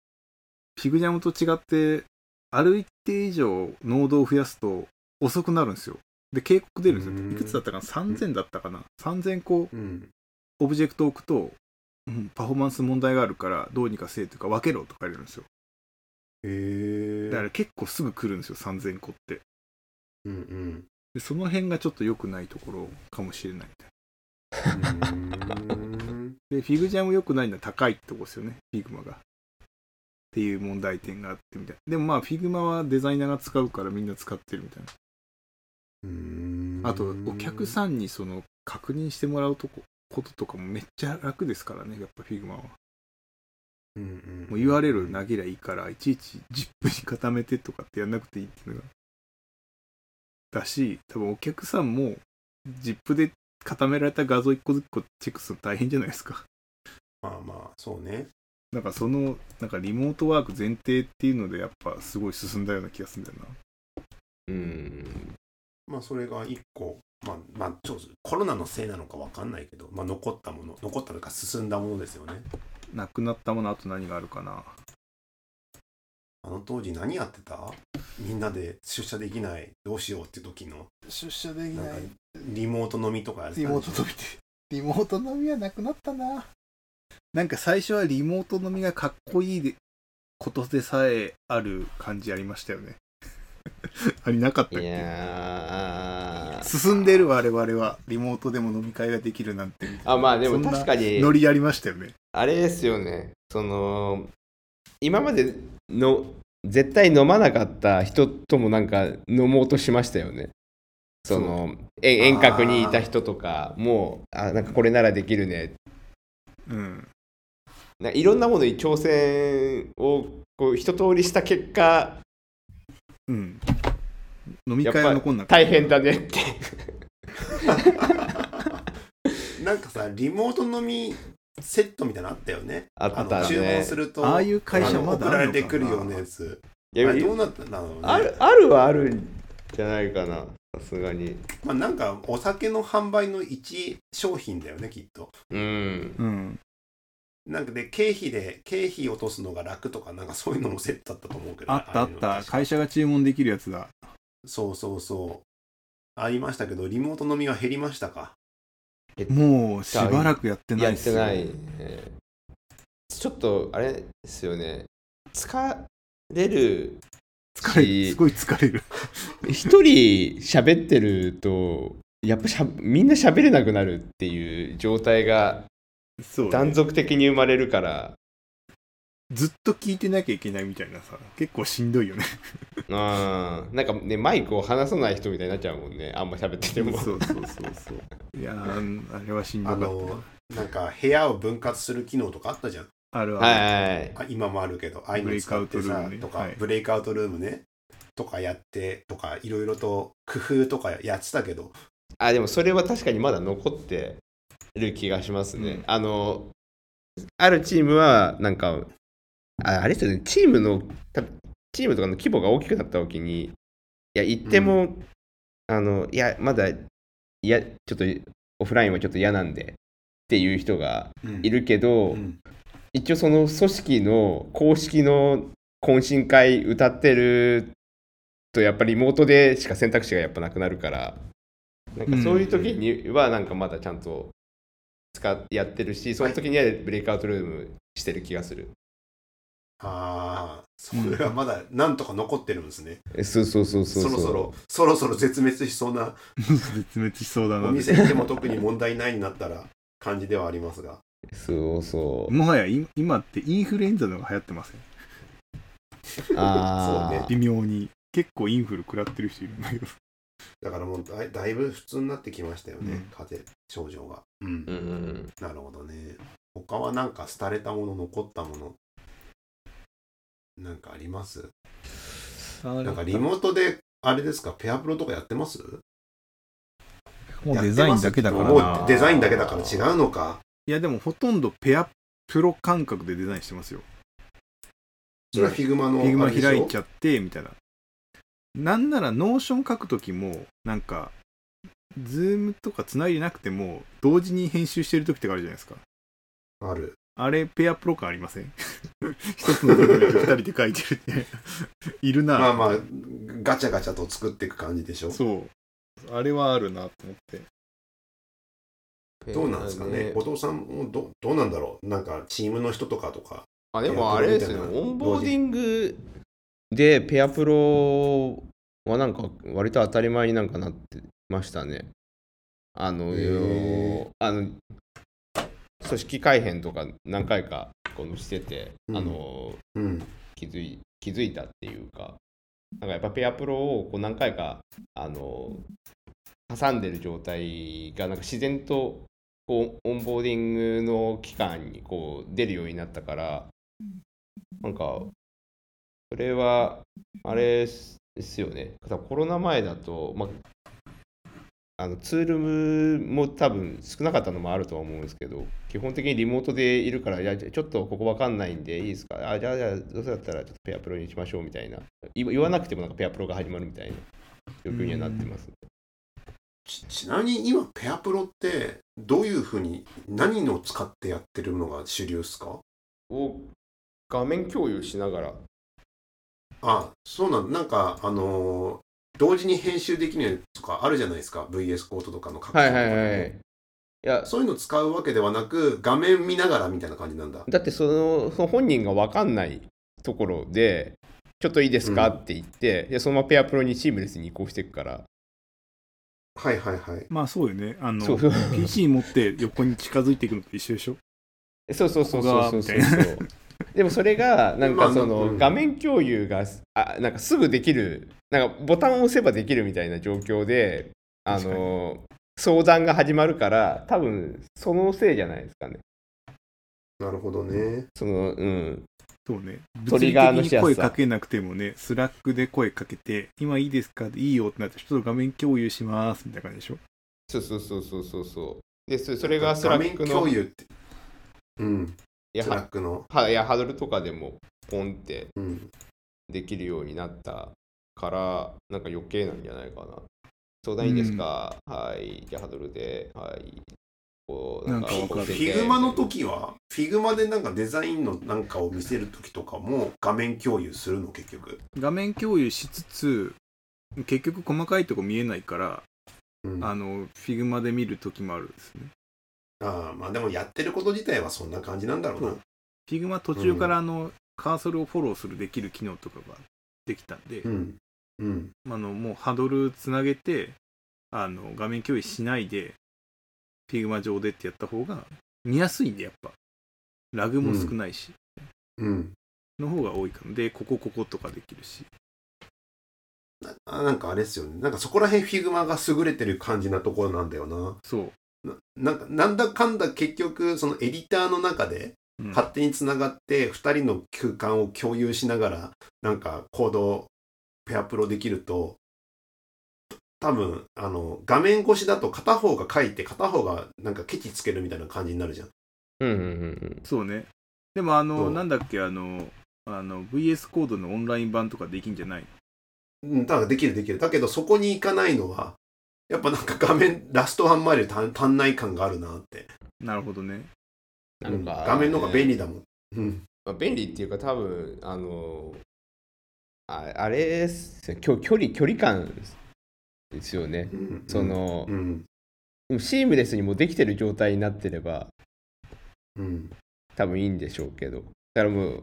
フィグジャムと違って、ある一定以上、濃度を増やすと遅くなるんですよ。で、警告出るんです
う
よ。
ん
いくつだったかな ?3000 だったかな ?3000 個
うん。
オブジェクトを置くと、うんパフォーマンス問題があるから、どうにかせえというか、分けろとか言われるんですよ。
へ
だから
え。
結構すぐ来るんですよ、3000個って。
うんうん。
で、その辺がちょっと良くないところかもしれない。
うーん
で、フィグジャム良くないのは高いってとこですよね、フィグマが。っていう問題点があってみたいな。でもまあ、フィグマはデザイナーが使うからみんな使ってるみたいな。
うーん
あと、お客さんにその確認してもらうとここととかもめっちゃ楽ですからね、やっぱフィグマは。
うん、
もう URL 投げりゃいいから、いちいち ZIP に固めてとかってやんなくていいっていうのが。だし、多分お客さんも ZIP で固められた画像一個ずつ一個チェックするの大変じゃないですか。
まあまあ、そうね。
なんかその、なんかリモートワーク前提っていうので、やっぱすごい進んだような気がするんだよな。
うん。
まあ、それが一個、まあ、まあ、ちょっとコロナのせいなのかわかんないけど、まあ、残ったもの、残ったというか進んだものですよね。
なくなったもの、あと何があるかな。
あの当時何やってたみんなで出社できない、どうしようって時の、
出社でき
なん
な
か
い。、
リモート飲みとかやって
リ
たん
モ
で
ー
し
ト
ょ
飲みて。リモート飲みはなくなったな。
なんか最初はリモート飲みがかっこいいでことでさえある感じありましたよ ね。ありなかったっ
い
け
やー
進んでる我々はリモートでも飲み会ができるなんて
あまあで
そ
も
んな
確かに
ノリありましたよね。
あれですよねその今までの絶対飲まなかった人ともなんか飲もうとしましたよねそのえ遠隔にいた人とかもうあなんかこれならできるね
うん。
なんかいろんなものに挑戦をこう一通りした結果
うん。飲み
やっ
会は
ぱ
残んなかった
大変だねって
なんかさ、リモート飲みセットみたいなのあったよね。
あっ
あ
た
の注文
ね
すると、
ああいう会社まだ
あの送
あ
ら
る
れ
の
てく
かな
るようなやつ。
い
あ
や
れどうなったんだろうね。
あるあるはあるんじゃないかなさすがに
まあ、なんかお酒の販売の一商品だよねきっと
うん
うん。
なんかで経費で経費落とすのが楽とかなんかそういうのもセットだったと思うけど
あったあっ
いうの
た。
確か
会社が注文できるやつだ。
そうそうそうありましたけどリモート飲みは減りましたか
もうしばらくやってな
や
いっ
っ
す
て
よ
ない、えーちょっとあれですよね疲れる
疲れる。すごい疲れる。
一人喋ってるとやっぱしゃみんな喋れなくなるっていう状態が
そう、
断続的に生まれるから、
ずっと聞いてなきゃいけないみたいなさ、結構しんどいよね。
うんなんかねマイクを離さない人みたいになっちゃうもんねあんま喋ってても
そうそうそうそう。 いやー、あれはしんどか
あ
ったな。
のなんか部屋を分割する機能とかあったじゃん
あるある。
はいはいはい
あ今もあるけどああいうの使って
ブレイク
さ
アウトルームね
と
は
か
い
ブレイクアウトルームねとかやってとかいろいろと工夫とかやってたけど
あでもそれは確かにまだ残ってる気がしますね。
うん
あのあるチームはなんかああれですよねチームのたチームとかの規模が大きくなった時にいや行っても、あのいやまだいやちょっとオフラインはちょっと嫌なんでっていう人がいるけど、
うん
一応その組織の公式の懇親会歌ってるとやっぱりリモートでしか選択肢がやっぱなくなるからなんかそういう時にはなんかまだちゃんと使っやってるしその時にはブレイクアウトルームしてる気がする、
ああそれはまだなんとか残ってるんですね
えそうそうそうそ
そ
う
ろそろそろそろ絶滅しそうな
絶滅しそうだな
お店行っても特に問題ないになったら感じではありますが
そうそう
もはやい今ってインフルエンザの方が流行ってません
あ
そう
あ
ね
微妙に結構インフル食らってる人いるんだけど
だからもうだいだいぶ普通になってきましたよね、
うん
風邪症状がうん
うんうん
なるほどね他はなんか廃れたもの残ったものなんかありますなんかリモートであれですかペアプロとかやってます
もうデザインだけだか
や
ら
ってますも
な
うデザインだけだから違うのか
いやでもほとんどペアプロ感覚でデザインしてますよ
それはフィグマの
フィグマ
あれでしょ
開いちゃってみたいななんならノーション書くときもなんかズームとかつないでなくても同時に編集してる時とかあるじゃないですか
ある
あれペアプロ感ありません 一つのドキュメント二人で書いてるっているな
まあまあガチャガチャと作っていく感じでしょ
そうあれはあるなと思って
どうなんですかね、後藤さんもどどうなんだろう、なんかチームの人とかとか、
あでもあれですよねオンボーディングでペアプロはなんか割と当たり前になんかなってましたねあの
へ
あの組織改編とか何回かこのしてて、
うん
あの
うん、
気づい気づいたっていうかなんかやっぱペアプロをこう何回かあの挟んでる状態がなんか自然とこうオンボーディングの期間にこう出るようになったからなんかそれはあれですよね多分コロナ前だと、まあ、あのツールムも多分少なかったのもあるとは思うんですけど、基本的にリモートでいるから、いやちょっとここわかんないんでいいですか、あじゃあ、じゃあどうせだったらちょっとペアプロにしましょうみたいな、い言わなくてもなんかペアプロが始まるみたいな状況にはなってます。
ちちなみに今ペアプロってどういうふうに何のを使ってやってるのが主流ですか
を画面共有しながら、
あそうなんなんかあのー同時に編集できるやつとかあるじゃないですか VS コートとかの拡張
はい
とか
は
で
いはい。いや、
そういうの使うわけではなく画面見ながらみたいな感じなんだ
だってそのその本人が分かんないところで、ちょっといいですか
うん
って言って、でそのままペアプロにシームレスに移行していくから、
はいはいはい
まあそうよね。あの、
そうそう
PC 持って横に近づいていくのと一緒でしょ
そうそうそうそうそう
ここが
そ
み
うそう。 でもそれがなん
まあ
かその
うん
画面共有があなんかすぐできるなんかボタンを押せばできるみたいな状況であの相談が始まるから多分そのせいじゃないですかね。
なるほどね
そのうん
そうね。
トリガーのしやすさ
物理的に声かけなくてもね、スラックで声かけて、今いいですかいいよってなって、ちょっと画面共有しますみたいな感じでしょ
そうそうそうそうそうそう。でそそれがス
画
ラ
面
ック
共
のい
有ってうん
や
スラッ
は
クの
はいやハードルとかでもポンって
うん
できるようになったからなんか余計なんじゃないかな。相談いいですか、はい。じゃあハードルで、はい。こう、なんか
なんかわかる
フィグマの時はフィグマでなんかデザインのなんかを見せる時とかも画面共有するの結局
画面共有しつつ、結局細かいとこ見えないから、
うん
あの、Figma で見るときもあるんですね。
ああまあでもやってること自体はそんな感じなんだろうな。
Figma 途中からあの、カーソルをフォローするできる機能とかができたんで
う、ん。うん。
あの、もうハドルつなげて、あの、画面共有しないで、Figma 上でってやった方が見やすいんで、やっぱ。ラグも少ないし、
うん。
の方が多いかも。で、ここ、こことかできるし。
なあなんかあれですよね。なんかそこら辺フィグマが優れてる感じなところなんだよな。
そう。
ななんかなんだかんだ結局そのエディターの中で
うん
勝手につながって2人の空間を共有しながらなんかコードをペアプロできると多分あの画面越しだと片方が書いて片方がなんかケチつけるみたいな感じになるじゃん。
うんうんうん
そうね。でも、あ
そ
の、
う
なんだっけ、あの、あの VS コードのオンライン版とかできんじゃない
うん、だからできるできる。だけどそこに行かないのは、やっぱなんか 画面、ラストワンマイル足足んない感があるなって。
なるほどね。
うん。なんか、
うん画面の方が便利
だ。
だもん。うん。
まあ、便利っていうか、多分あの、ああれっす距距離、距離感ですよね。
うん
そ、の
う、ん。
シームレスにもできてる状態になってれば、
うん。
多分いいんでしょうけど。だからもう、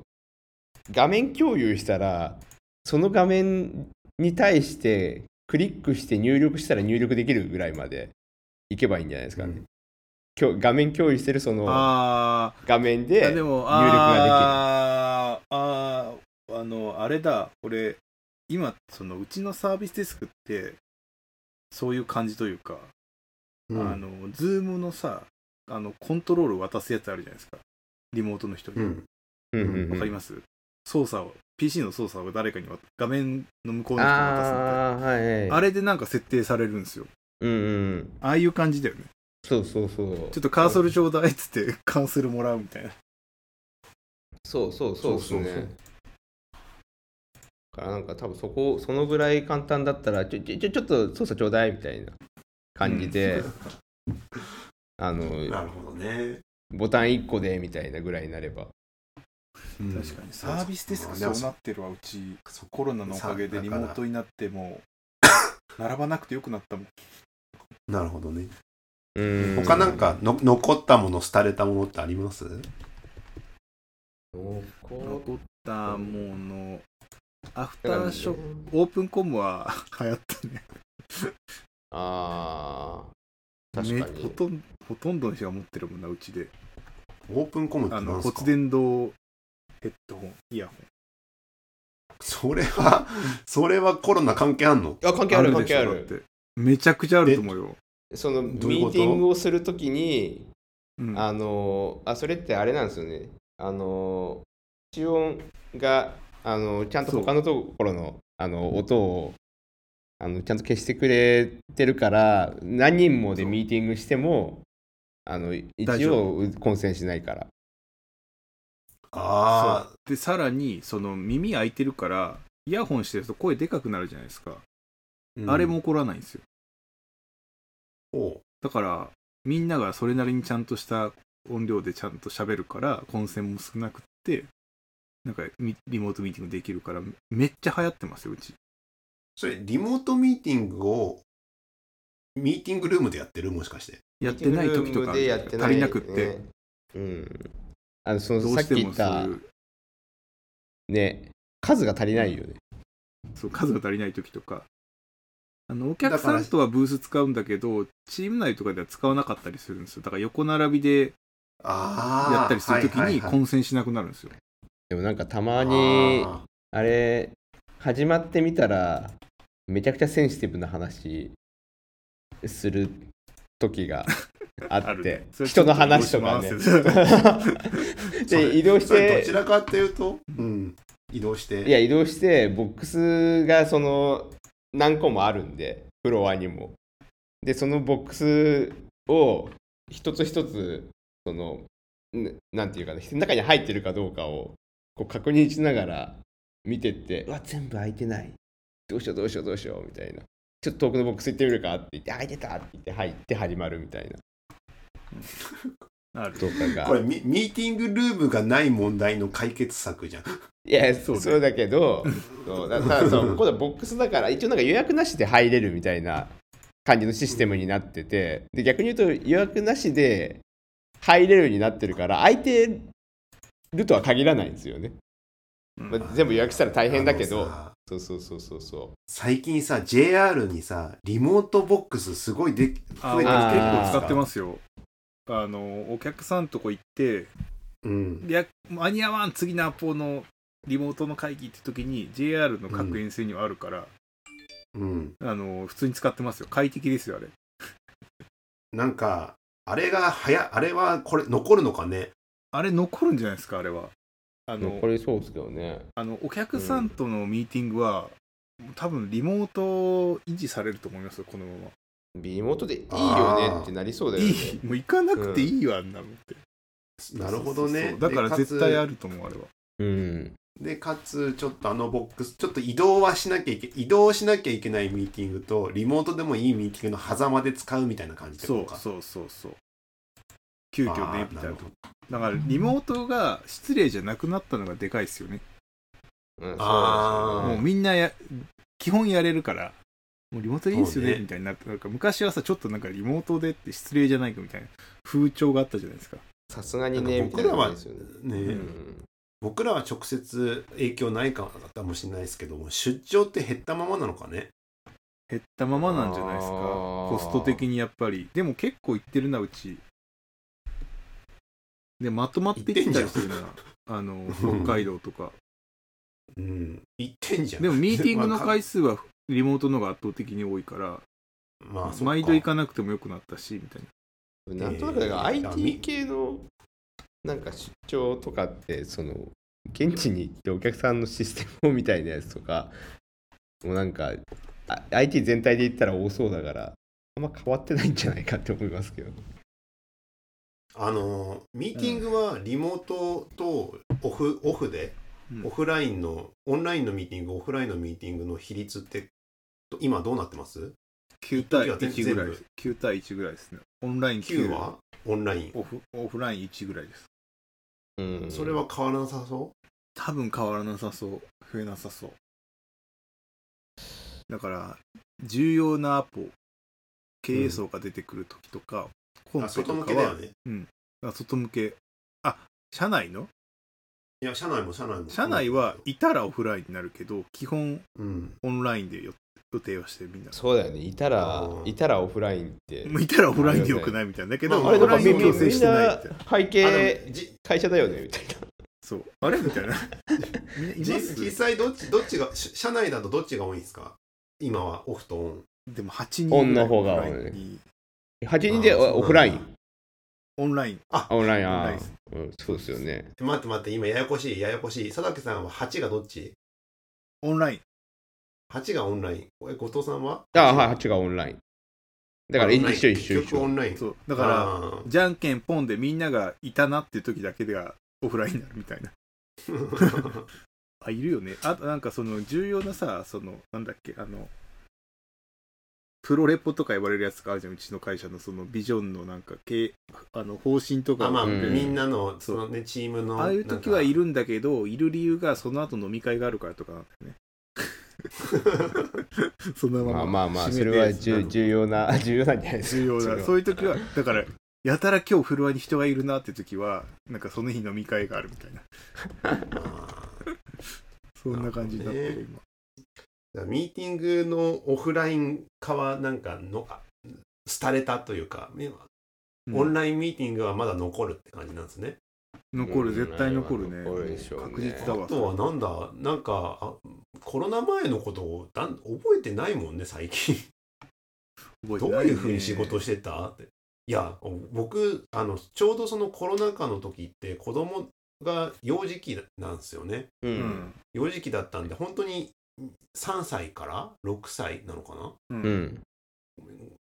画面共有したら、その画面に対して、クリックして入力したら入力できるぐらいまでいけばいいんじゃないですかね。
うん
きょ画面共有してるその
あ
画面
ーあ、
で
でも、
入力ができる
あーあー、あの、あれだ、俺、今、その、うちのサービスデスクって、そういう感じというか、
うん
あの、ズームのさ、あの、コントロール渡すやつあるじゃないですか。リモートの人に。
う
わ、
ん。
うんうんうん
かります操作を、PC の操作を誰かに渡画面の向こうの人に渡すみたいな。
ああー、はい、はい。
あれでなんか設定されるんですよ。
うんうん。
ああいう感じだよね。
そうそうそう。
ちょっとカーソルちょうだいっつって、カーソルもらうみたいな。
そうそうそうですね。
そうそうそう
だからなんか多分そこ、そのぐらい簡単だったら、ちょ、ちょ、ちょちょっと操作ちょうだいみたいな感じ で、あの、
なるほどね。
ボタン1個でみたいなぐらいになれば。
確かにサ
そう
ービスデスク
で
そ
も
うなってるわうちコロナのおかげで
さ
リ
だ
モ
から
ートになってもう並ばなくてよくなったもん
なるほどね。
うーん
他なんかの残ったもの、廃れたものってあります
残
残ったものアフタ
ら
ーショックオープンコムは流行ったね
ああ確か
め
に、
ほとんほとんどの人が持ってるもんなうちで
オープンコムって
あ
な
の
んす
骨
か
伝導ヘッドホンイヤホン
それは、それはコロナ関係あんの
あ関係ある
で
関
し
係
ょ
あ
だ
る
ってめちゃくちゃあると思うよ、
その
どういう
ミ
こ
ー
と
ティングをするときに
うん、
あのあそれってあれなんですよねあの一音があのちゃんと
そう
他のところのあの音をあのちゃんと消してくれてるから何人もでミーティングしてもあの
大
一
丈
応混戦しないから
あ
そうでさらにその耳開いてるからイヤホンしてると声でかくなるじゃないですか、
あ、
あれも起こらないんですよ
ほ
だからみんながそれなりにちゃんとした音量でちゃんと喋るから混戦も少なくってなんかミリモートミーティングできるからめっちゃ流行ってますようち
うそれリモートミーティングをミーティングルームでやってるもしかして
やってない時とか
でやってない
足りなくって、
うんあのその
どう
さっ
し
き
て
言
も
っ
そう
た
いう
ね数が足りないよね
そう数が足りない時とかあのお客さんとはブース使うんだけどチーム内とかでは使わなかったりするんですよだから横並びで
あ
やったりする時に
こん
混戦しなくなるんですよ、
でもなんかたまにあれ始まってみたらめちゃくちゃセンシティブな話する時があ
あ
っ
る
て
ねそれち
人
ょっと
の話とかね
移動します
で移動し
それど
て
ちらかっていうと、うん、移動して
いや移動してボックスがその何個もあるんでフロアにもでそのボックスを一つ一つそのんなんていうかね中に入ってるかどうかをこう確認しながら見てってうわ全部開いてないどうしようどうしようどうしようみたいなちょっと遠くのボックス行ってみるかって言って開いてたって言って入って始まるみたいな
ある
とかが
これミミーティングルームがない問題の解決策じゃん。
いや
そ
そうう,、
ね
だけどそうだただそう今度はボックスだから一応なんか予約なしで入れるみたいな感じのシステムになっててで逆に言うと予約なしで入れるようになってるから空いてるとは限らないんですよね、
うん
まあ全部予約したら大変だけ
あの
ど
さ
そうそうそうそうそ
最近さ JR にさリモートボックスすごいで増えてきてる
あ
じ
結
ゃ
あ
ないです
構
か
使ってますよあのお客さんとこ行って
うん
いや間に合わん次のアポのリモートの会議って時に JR の各遠征にはあるから、
うん
あの普通に使ってますよ快適ですよあれ
なんかあれが早あれはこれ残るのかね
あれ残るんじゃないですかあれはあ
う
の
これそうですけどね
あのお客さんとのミーティングは、多分リモート維持されると思いますよこのまま、
リモートでいいよねってなりそうだよ
い
ね
いもう行かなくていいわ、あんなのって
なるほどね
そうそうそうだから絶対あ
る
ると思うあれは
うん
でかつちょっとあのボックスちょっと移動はしなきゃいけ移動しなきゃいけないミーティングとリモートでもいいミーティングの狭間で使うみたいな感じってこ
そ
と
う
か
そうそうそう急遽
あ
ね
ー
みたいな
なるほ
だからリモートが失礼じゃなくなったのがでかいですよね
うん
あー
そうですよね
もうみんなや基本やれるからもうリモートでいいですよね
そうね
みたいになってなんか昔はさちょっとなんかリモートでって失礼じゃないかみたいな風潮があったじゃないですか
さすがにね
なんか僕らは
みたいな感じですよ
ね、
ね
うん
僕らは直接影響ないかもしれないですけども出張って減ったままなのかね
減ったままなんじゃないですか
あー
コスト的にやっぱりでも結構いってるなうちでまとまってきたりするな
行ってん
あの
うん
北海道とか
うん言ってんじゃん
でもミーティングの回
数、
数はリモートの方が圧倒的に多いから
まあそっか
毎度行かなくてもよくなったしみたいな
なんとなくだから
えー
IT 系のなんか出張とかってその現地に行ってお客さんのシステムをみたいなやつとかもうなんかあ IT 全体で言ったら多そうだからあんま変わってないんじゃないかって思いますけど
あのミーティングはリモートとオフオフで、
うん
オフラインのオンラインのミーティングオフラインのミーティングの比率って今どうなってます
9対
一時
1
は全部
ぐらいです9対1ぐらいですねオンライン
?9 はオンライン、
オフオフライン1ぐらいです
うん
それは変わらなさそ
多分変わらなさそう増えなさそうだから重要なアポ経営層が出てくる時とか、
う
コ
あ
ンペ
外
と
向
か
けだよ
は
ね
あ外向けあ社内の
いや社内も社内も
社内はいたらオフラインになるけど基本
うん
オンラインでよ予定をしてるみんな
そうだよねいたら
うん
いたらオフライン って
もういたらオフラインでよくないみたいなだけど、
まあ
あれ
オ
だか
フラ
ら
イ
み
ン
ん
を
な
強制
み
し
ん
てないみ
な
たいな
背
あで
景
もじ
会社だよねみたいな
そうあれみたいなみんない
じ
ます
実際どっちどっちがし社内だとどっちが多いんですか今はオフとオン
でも8人
オンの方が
オフラインに
8人で
あそうなんだ
オフライン
オンライン
あオンライン
オンライ
あ
ンです
ー、うん、そうですよね
待って待って今ややこしいややこしい佐竹さんは8がどっち
オンライン
8がオンライン。え後藤さんは
あはい、8がオンライン。だから
あオ
一
ンライン
緒一
結
緒一
局オ
緒。
ンライン。
そうだから
あー
じゃんけんポンでみんながいたなっていう時だけがオフラインになるみたいなあいるよねあとなんかその重要なさそのなんだっけあのプロレポとか言われるやつがあるじゃんうちの会社のそのビジョンのなんか経あの方針と か
あまあ、
うん
みんなのそのねチームの
ああいう時はいるんだけどいる理由がその後飲み会があるからとか なんだよねそのま
ま
ま
あまあまあ、そ
締めて
れは
なる
重
ほど
重要な、 重要なんじゃないですか。
重要
それ
だ
は
そういう時はだからやたら今日フロアに人がいるなって時はなんかその日飲み会があるみたいな
なんか あー
そんな感じになって
なるほ
る
ど
今
だからミーティングのオフライン化はなんかのあ廃れたというか、ねオンラインミーティングはまだ残るって感じなんですね。
うん残る絶対残るね
残るでしょうね
確実だ
あ
わ
とはなんだなんかあコロナ前のことをだん覚えてないもんね最近。
覚
ど
えて
う
ないね
いうふうに仕事してたって。いや僕あのちょうどそのコロナ禍の時って子供が幼児期なんですよね。
う
うんん。
幼児期だったんで本当に3歳から6歳なのかな
うん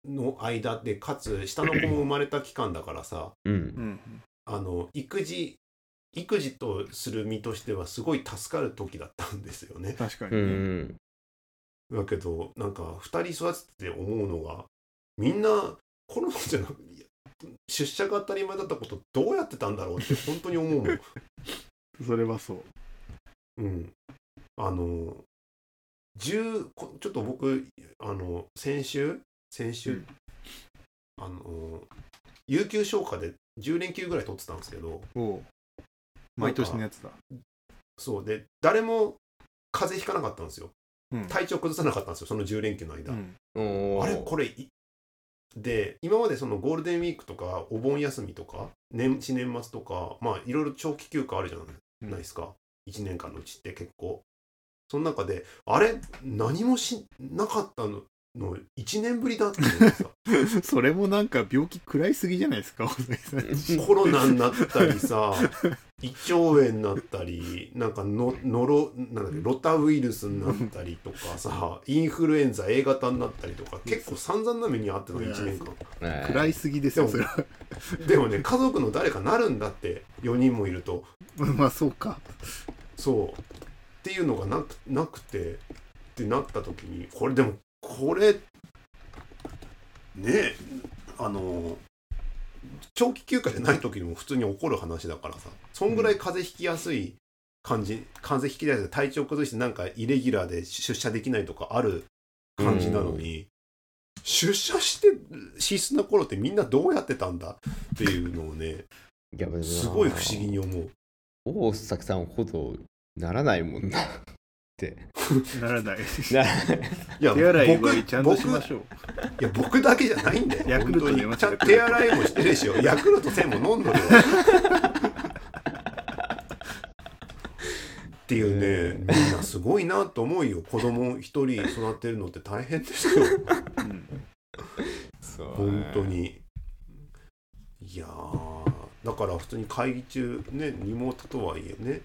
うん。
の間でかつ下の子も生まれた期間だからさ
うん
うん
あの育児育児とする身としてはすごい助かる時だったんですよね。
確かに
う
ね、
ん。
だけどなんか2人育てて思うのがみんなコロナじゃなくいや出社が当たり前だったことどうやってたんだろうって本当に思うも ん。
それはそう
うん、あの10こちょっと僕あの先週先週、
うん
あの有給消化で10連休ぐらい取ってたんですけど
おう毎年のやつだ
そうで誰も風邪ひかなかったんですよ
うん
体調崩さなかったんですよその10連休の間、
うん
あ
あ
れこれいで今までそのゴールデンウィークとかお盆休みとか年始年末とかまあいろいろ長期休暇あるじゃないですか、1年間のうちって結構その中であれ何もしなかったのの1年ぶりだって思ってさ
それもなん か病気食らいすぎじゃないですか、大崎さ ん。
コロナになったりさ胃腸炎になったりなんかのノロなんだっけロタウイルスになったりとかさインフルエンザ A 型になったりとか結構散々な目にあってたの1年間。
れ
食らいすぎですよ、それは。
でもね家族の誰かなるんだって4人もいると
まあ、そうか。
そうっていうのがなくなくてってなった時にこれでもこれねえあの長期休暇じゃない時にも普通に起こる話だからさそんぐらい風邪ひきやすい感じ、風邪ひきやすい体調崩してなんかイレギュラーで出社できないとかある感じなのに、出社して資質な頃ってみんなどうやってたんだっていうのをねすごい不思議に思う。
大崎さんほどならないもんなって
な らな
な
い。
いや
手洗いは
僕
ちゃんとしましょう。
僕いや僕だけじゃないんだよ。
ヤクルトね
本当に
マ
ち
ジで
ゃん手洗いもしてるでしょ。ヤクルト1000も飲んどるよ。っていうね、みんなすごいなと思うよ。子供一人育てるのって大変ですよ。
うん
そう
本当に。いやー、だから普通に会議中、ね、リモートとはいえね、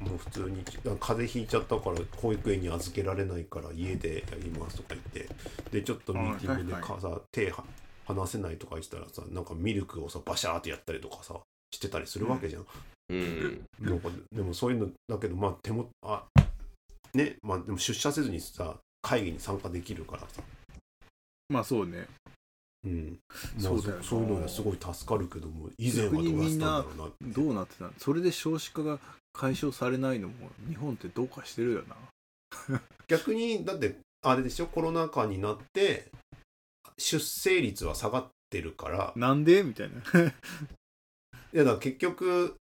もう普通に、風邪ひいちゃったから保育園に預けられないから家でやりますとか言って、で、ちょっとミーティングで
あー
かさ、手は離せないとか言ってたらさ、なんかミルクをさ、バシャーってやったりとかさ、してたりするわけじゃん。
うん
なんかでもそういうのだけどまあ手もあねまあでも出社せずにさ会議に参加できるからさ、
まあ、そうね。
うん、
そ
そうう
だよな
そういうのがすごい助かるけども以前はどうやってたんだろうなって
どうなってたのそれで少子化が解消されないのも、日本ってどうかしてるよな。
逆にだってあれでしょコロナ禍になって出生率は下がってるから
なんでみたいな。
いやだから結局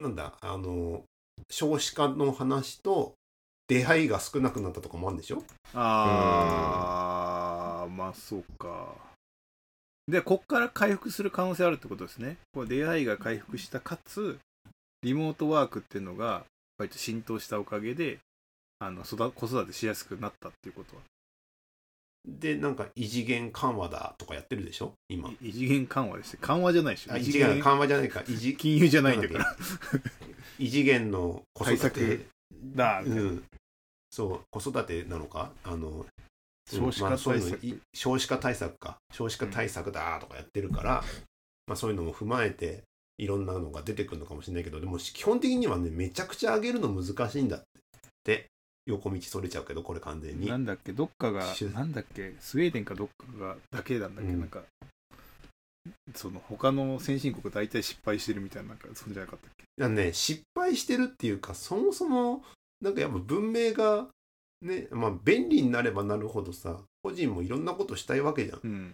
なんだあの少子化の話と出会いが少なくなったとかもあるんでしょ
あー、まあ、そうか。で、こっから回復する可能性あるってことですね。こう出会いが回復した、かつ、リモートワークっていうのが、割と浸透したおかげで、あの育子育てしやすくなったっていうことは、
でなんか異次元緩和だとかやってるでしょ今
い異次元緩和ですね。緩和じゃないでしょ。
あ異次元緩和じゃないか異次
金 融じゃないんだから。
異次元の子
対
育
策
て、
だ
うん、そう子育てなのかあの
少
う
子
んま
化
あそうい
対
うの
策。
い少子化対策か少子化対策だとかやってるから、まあ、そういうのも踏まえていろんなのが出てくるのかもしれないけどでも基本的にはねめちゃくちゃ上げるの難しいんだってで横道それちゃうけどこれ完全に
なんだっけ、どっかが
しゅ、
なんだっけ、スウェーデンかどっかがだけなんだっけ、
うん
なんか、その他の先進国大体失敗してるみたいな、なんか、そうじゃなかったっけ。
なんかね、失敗してるっていうか、そもそも、なんかやっぱ文明が、ね、まあ便利になればなるほどさ、個人もいろんなことしたいわけじゃん。
うん。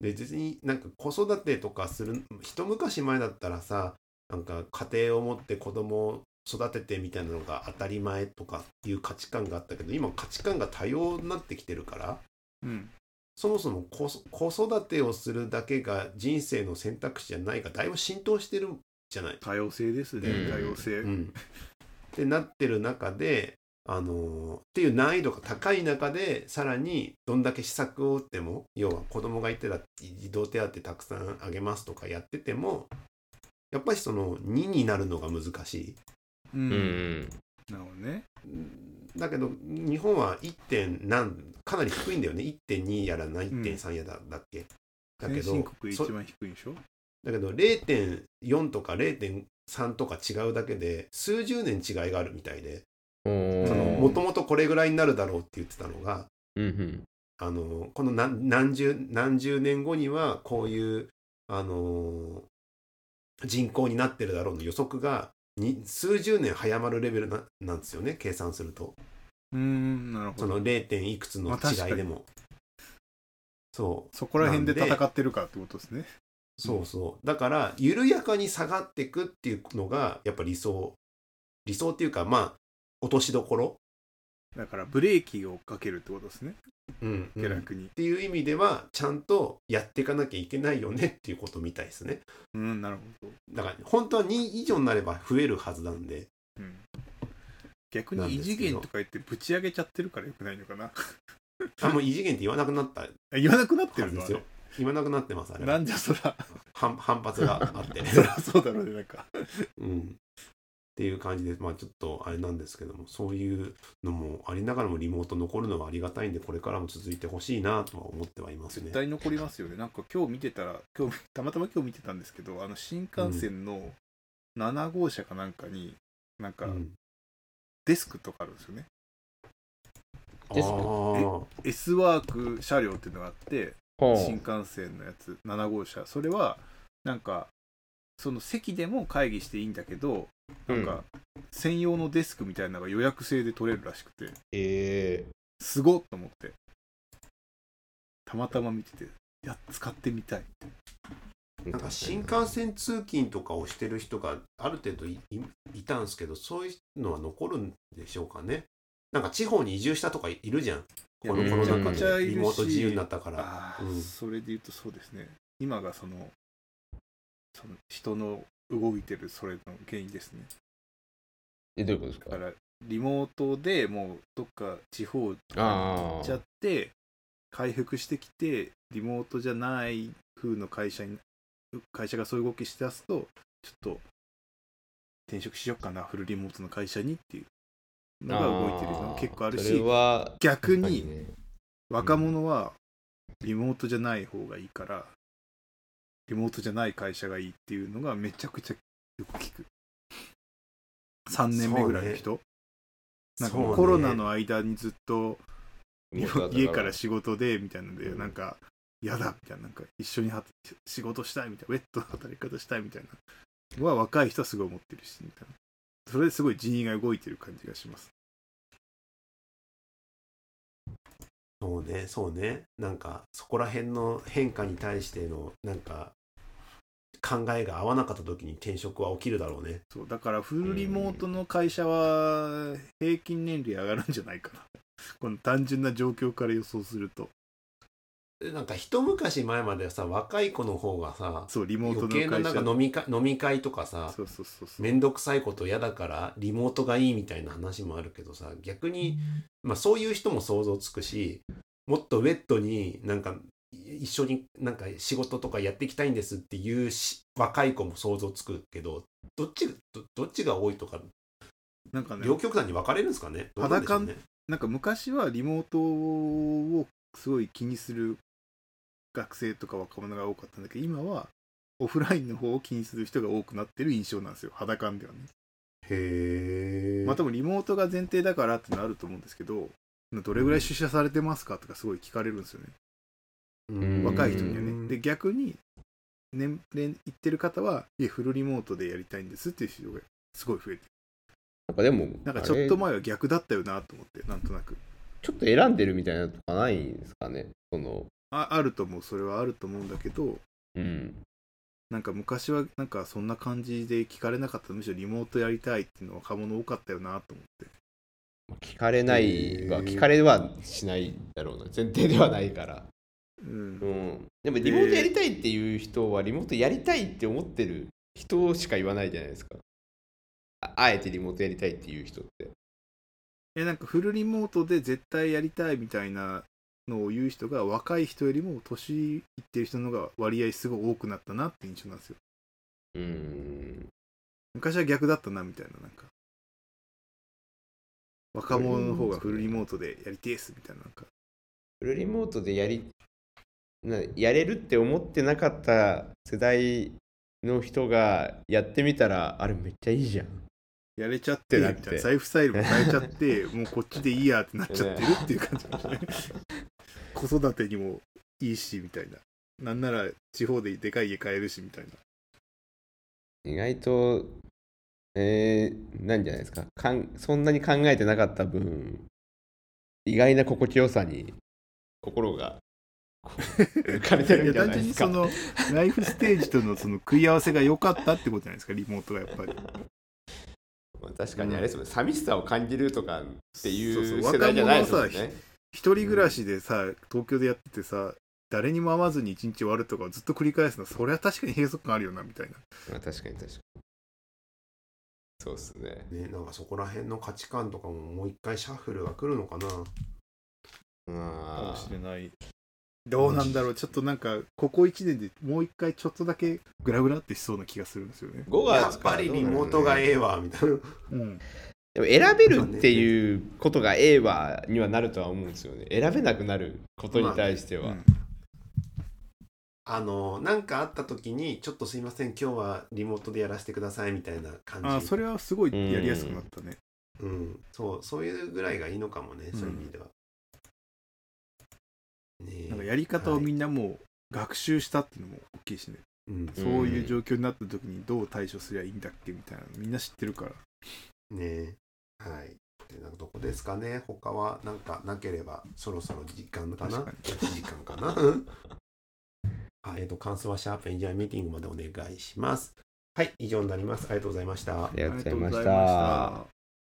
で、別になんか子育てとかする、一昔前だったらさ、なんか家庭を持って子供を育ててみたいなのが当たり前とかっていう価値観があったけど、今価値観が多様になってきてるから、
うん。
そもそも子子育てをするだけが人生の選択肢じゃないが、だいぶ浸透してるじゃない。
多様性ですね、
うん
多様性。
うん、ってなってる中で、あのーっていう難易度が高い中でさらにどんだけ施策を打っても要は子供がいてた児童手当たくさんあげますとかやっててもやっぱりその2になるのが難しい。
う
う。
んんう
なる
ん
ほどね。
だけど日本は1点何かなり低いんだよね1.2やらな1.3やだ,、だっけだけ
先
ど
進国
そ
一番低いんでしょ
だけど0.4とか0.3とか違うだけで数十年違いがあるみたいで
おー
そのもともとこれぐらいになるだろうって言ってたのが
うんうん
あのこの何何十何十年後にはこういうあの人口になってるだろうの予測がに数十年早まるレベルななんですよね計算すると
うん、なるほ
そ
ど。
の 0. 点いくつの
まあ確かに
違いでも、そう
そこら辺で戦ってるかってことですね。
そうそうだから緩やかに下がっていくっていうのがやっぱ理想理想っていうかまあ落としどころ、
だからブレーキをかけるってことですね、
うん
下
っ
落に。
ていう意味ではちゃんとやっていかなきゃいけないよねっていうことみたいですね
うん、なるほど。
だから本当は2以上になれば増えるはずなんで
うん、逆
なん
に異
ですけ
次
ど
元とか言ってぶち上げちゃってるからよくないのかな。
あもう異次元って言わなくなったは
言わなくなってる
ず
の
で
あ
すよ
れ
言わなくなってますあれ
な
は
んじゃそら、
反反発があって、
そらそうだろうね、なんか。
うん、っていう感じでまあちょっとあれなんですけどもそういうのもありながらもリモート残るのはありがたいんでこれからも続いてほしいなとは思ってはいます
絶
ね
対残りますよね。なんか今日見てたら、今日、たまたま今日見てたんですけど、あの新幹線の7号車かなんかに、なん
う
か
ん、
デスクとかあるんですよね。
あ
です
ー
S ワーク車両っていうのがあって、
ほ
新
う
幹線のやつ7号車それはなんかその席でも会議していいんだけどなんか専用のデスクみたいなのが予約制で取れるらしくて
え
すごっと思ってたまたま見てていや使ってみたい
ー
なんか新幹線通勤とかをしてる人がある程度いいいたんですけどそういうのは残るんでしょうかねなんか地方に移住したとかいるじゃんこのコロナ
め
禍
ちゃくちゃ
で
いるし
リモート自由になったから
ああ、
うん
それで言うとそうですね今がそのその人の動いてるそれの原因ですね
えどういうことです
だか
から
リモートでもうどっか地方
あ
行っちゃ
あ
って回復してきてリモートじゃない風の会社に会社がそういう動きしだすとちょっと転職しようかなフルリモートの会社にっていうのが動いてるの結構ある
それ
し
は
逆
確か
に
ね
若者はリモートじゃない方がいいからリモートじゃない会社がいいっていうのがめちゃくちゃよく聞く3年目ぐらいの人、なんか
そうね
コロナの間にずっと
リモートだった
家から仕事でみたいなので、
うん
なんか嫌だみたいななんか一緒には仕事したいみたいなウェットの働き方したいみたいなは若い人はすごい思ってるしみたいなそれですごい人員が動いてる感じがします
そうね、そうね。なんか、そこら辺の変化に対しての、なんか、考えが合わなかった時に転職は起きるだろうね。
そうだからフルリモートの会社は平均年齢上がるんじゃないかな この単純な状況から予想すると
でなんか、一昔前まではさ、若い子の方がさ、
そうリモート
余
の会
計
社
ななんか飲み会飲み会とかさ、
そうそうそうそう
めんどくさいこと嫌だから、リモートがいいみたいな話もあるけどさ、逆に、まあそういう人も想像つくし、もっとウェットになんか、い一緒になんか仕事とかやっていきたいんですっていうし若い子も想像つくけど、どっち、どどっちが多いとか
なんかね
両極端に分かれるんですかね。
肌感
どうなんでしょ
なんか昔はリモートをすごい気にする学生とか若者が多かったんだけど今はオフラインの方を気にする人が多くなってる印象なんですよ肌感ではね。
へえ。
まあ多分リモートが前提だからってのあると思うんですけどどれぐらい出社されてますかとかすごい聞かれるんですよね
うん
若い人には
うん
ね。で逆に年齢いってる方はいやフルリモートでやりたいんですっていう人がすごい増えて
なんかでも、
なんかち
あ
ょっと
れ
前は逆だったよなと思ってなんとなく
ちょっと選んでるみたいなのとかないんですかね。その、
ああると思うそれはあると思うんだけど
うん。
なんか昔はなんかそんな感じで聞かれなかったむしろリモートやりたいっていうのは若者多かったよなと思って
聞かれないは、
へー
聞かれはしないだろうな。前提ではないから。
うん、
うん。でも、リモートやりたいっていう人は、リモートやりたいって思ってる人しか言わないじゃないですか。ああえてリモートやりたいっていう人って。
えなんかフルリモートで絶対やりたいみたいなのを言う人が若い人よりも年いってる人の方が割合すごい多くなったなって印象なんですよ
うん。
昔は逆だったなみたいななんか若者の方がフルリモートでやりてえっすみたいななんか
フルリモートでやりなやれるって思ってなかった世代の人がやってみたらあれめっちゃいいじゃん
やれちゃってみたい
っ
な
てなって
ライフスタイルも変えちゃって もうこっちでいいやってなっちゃってるっていう感じかもしれない子育てにもいいしみたいななんなら地方ででかい家買えるしみたいな
意外とえー、なんじゃないですかかんそんなに考えてなかった分意外な心地よさに心がこう浮かれてるんじゃないですか
いや単純にそのライフステージとのその食い合わせが良かったってことじゃないですかリモートがやっぱり
まあ確かにあれですもんね、寂しさを感じるとかっていう
そうそう
世代じゃないですもんね
一人暮らしでさ東京でやっててさ誰にも会わずに一日終わるとかをずっと繰り返すのはそれは確かに閉塞感あるよなみたいな
まあ確かに確かにそうっすね
ね、なんかそこら辺の価値観とかももう一回シャッフルが来るのかな。
か
ま
も
あ
しれないどうなんだろうちょっとなんかここ1年でもう一回ちょっとだけグラグラってしそうな気がするんですよね
5
やっ
月
ぱ
からどう
り
なる
リ
のね
モートがええわ、みたいな。
うん
でも選べるっていうことがええわにはなるとは思うんですよね。選べなくなることに対しては。
あの、なんかあった時に、ちょっとすいません、今日はリモートでやらせてください、みたいな感じ。
あそれはすごいやりやすくなったね
うん、そう、そういうぐらいがいいのかもね、そういう意味では。ねえ
なんかやり方をみんなもう学習したっていうのも大きいしね
うん、
うん
そういう状況になった時にどう対処すりゃいいんだっけみたいなのみんな知ってるから
ねえはい。でなんかどこですかね他はなんかなければそろそろ時間かな
確かに
?1 時間かな うんはい、えっ、と、感想はシャープエンジニアミーティングまでお願いします。はい、以上になります。ありがとうございました。
あり
あ
がとうございまし
りがとうございま
た
し。た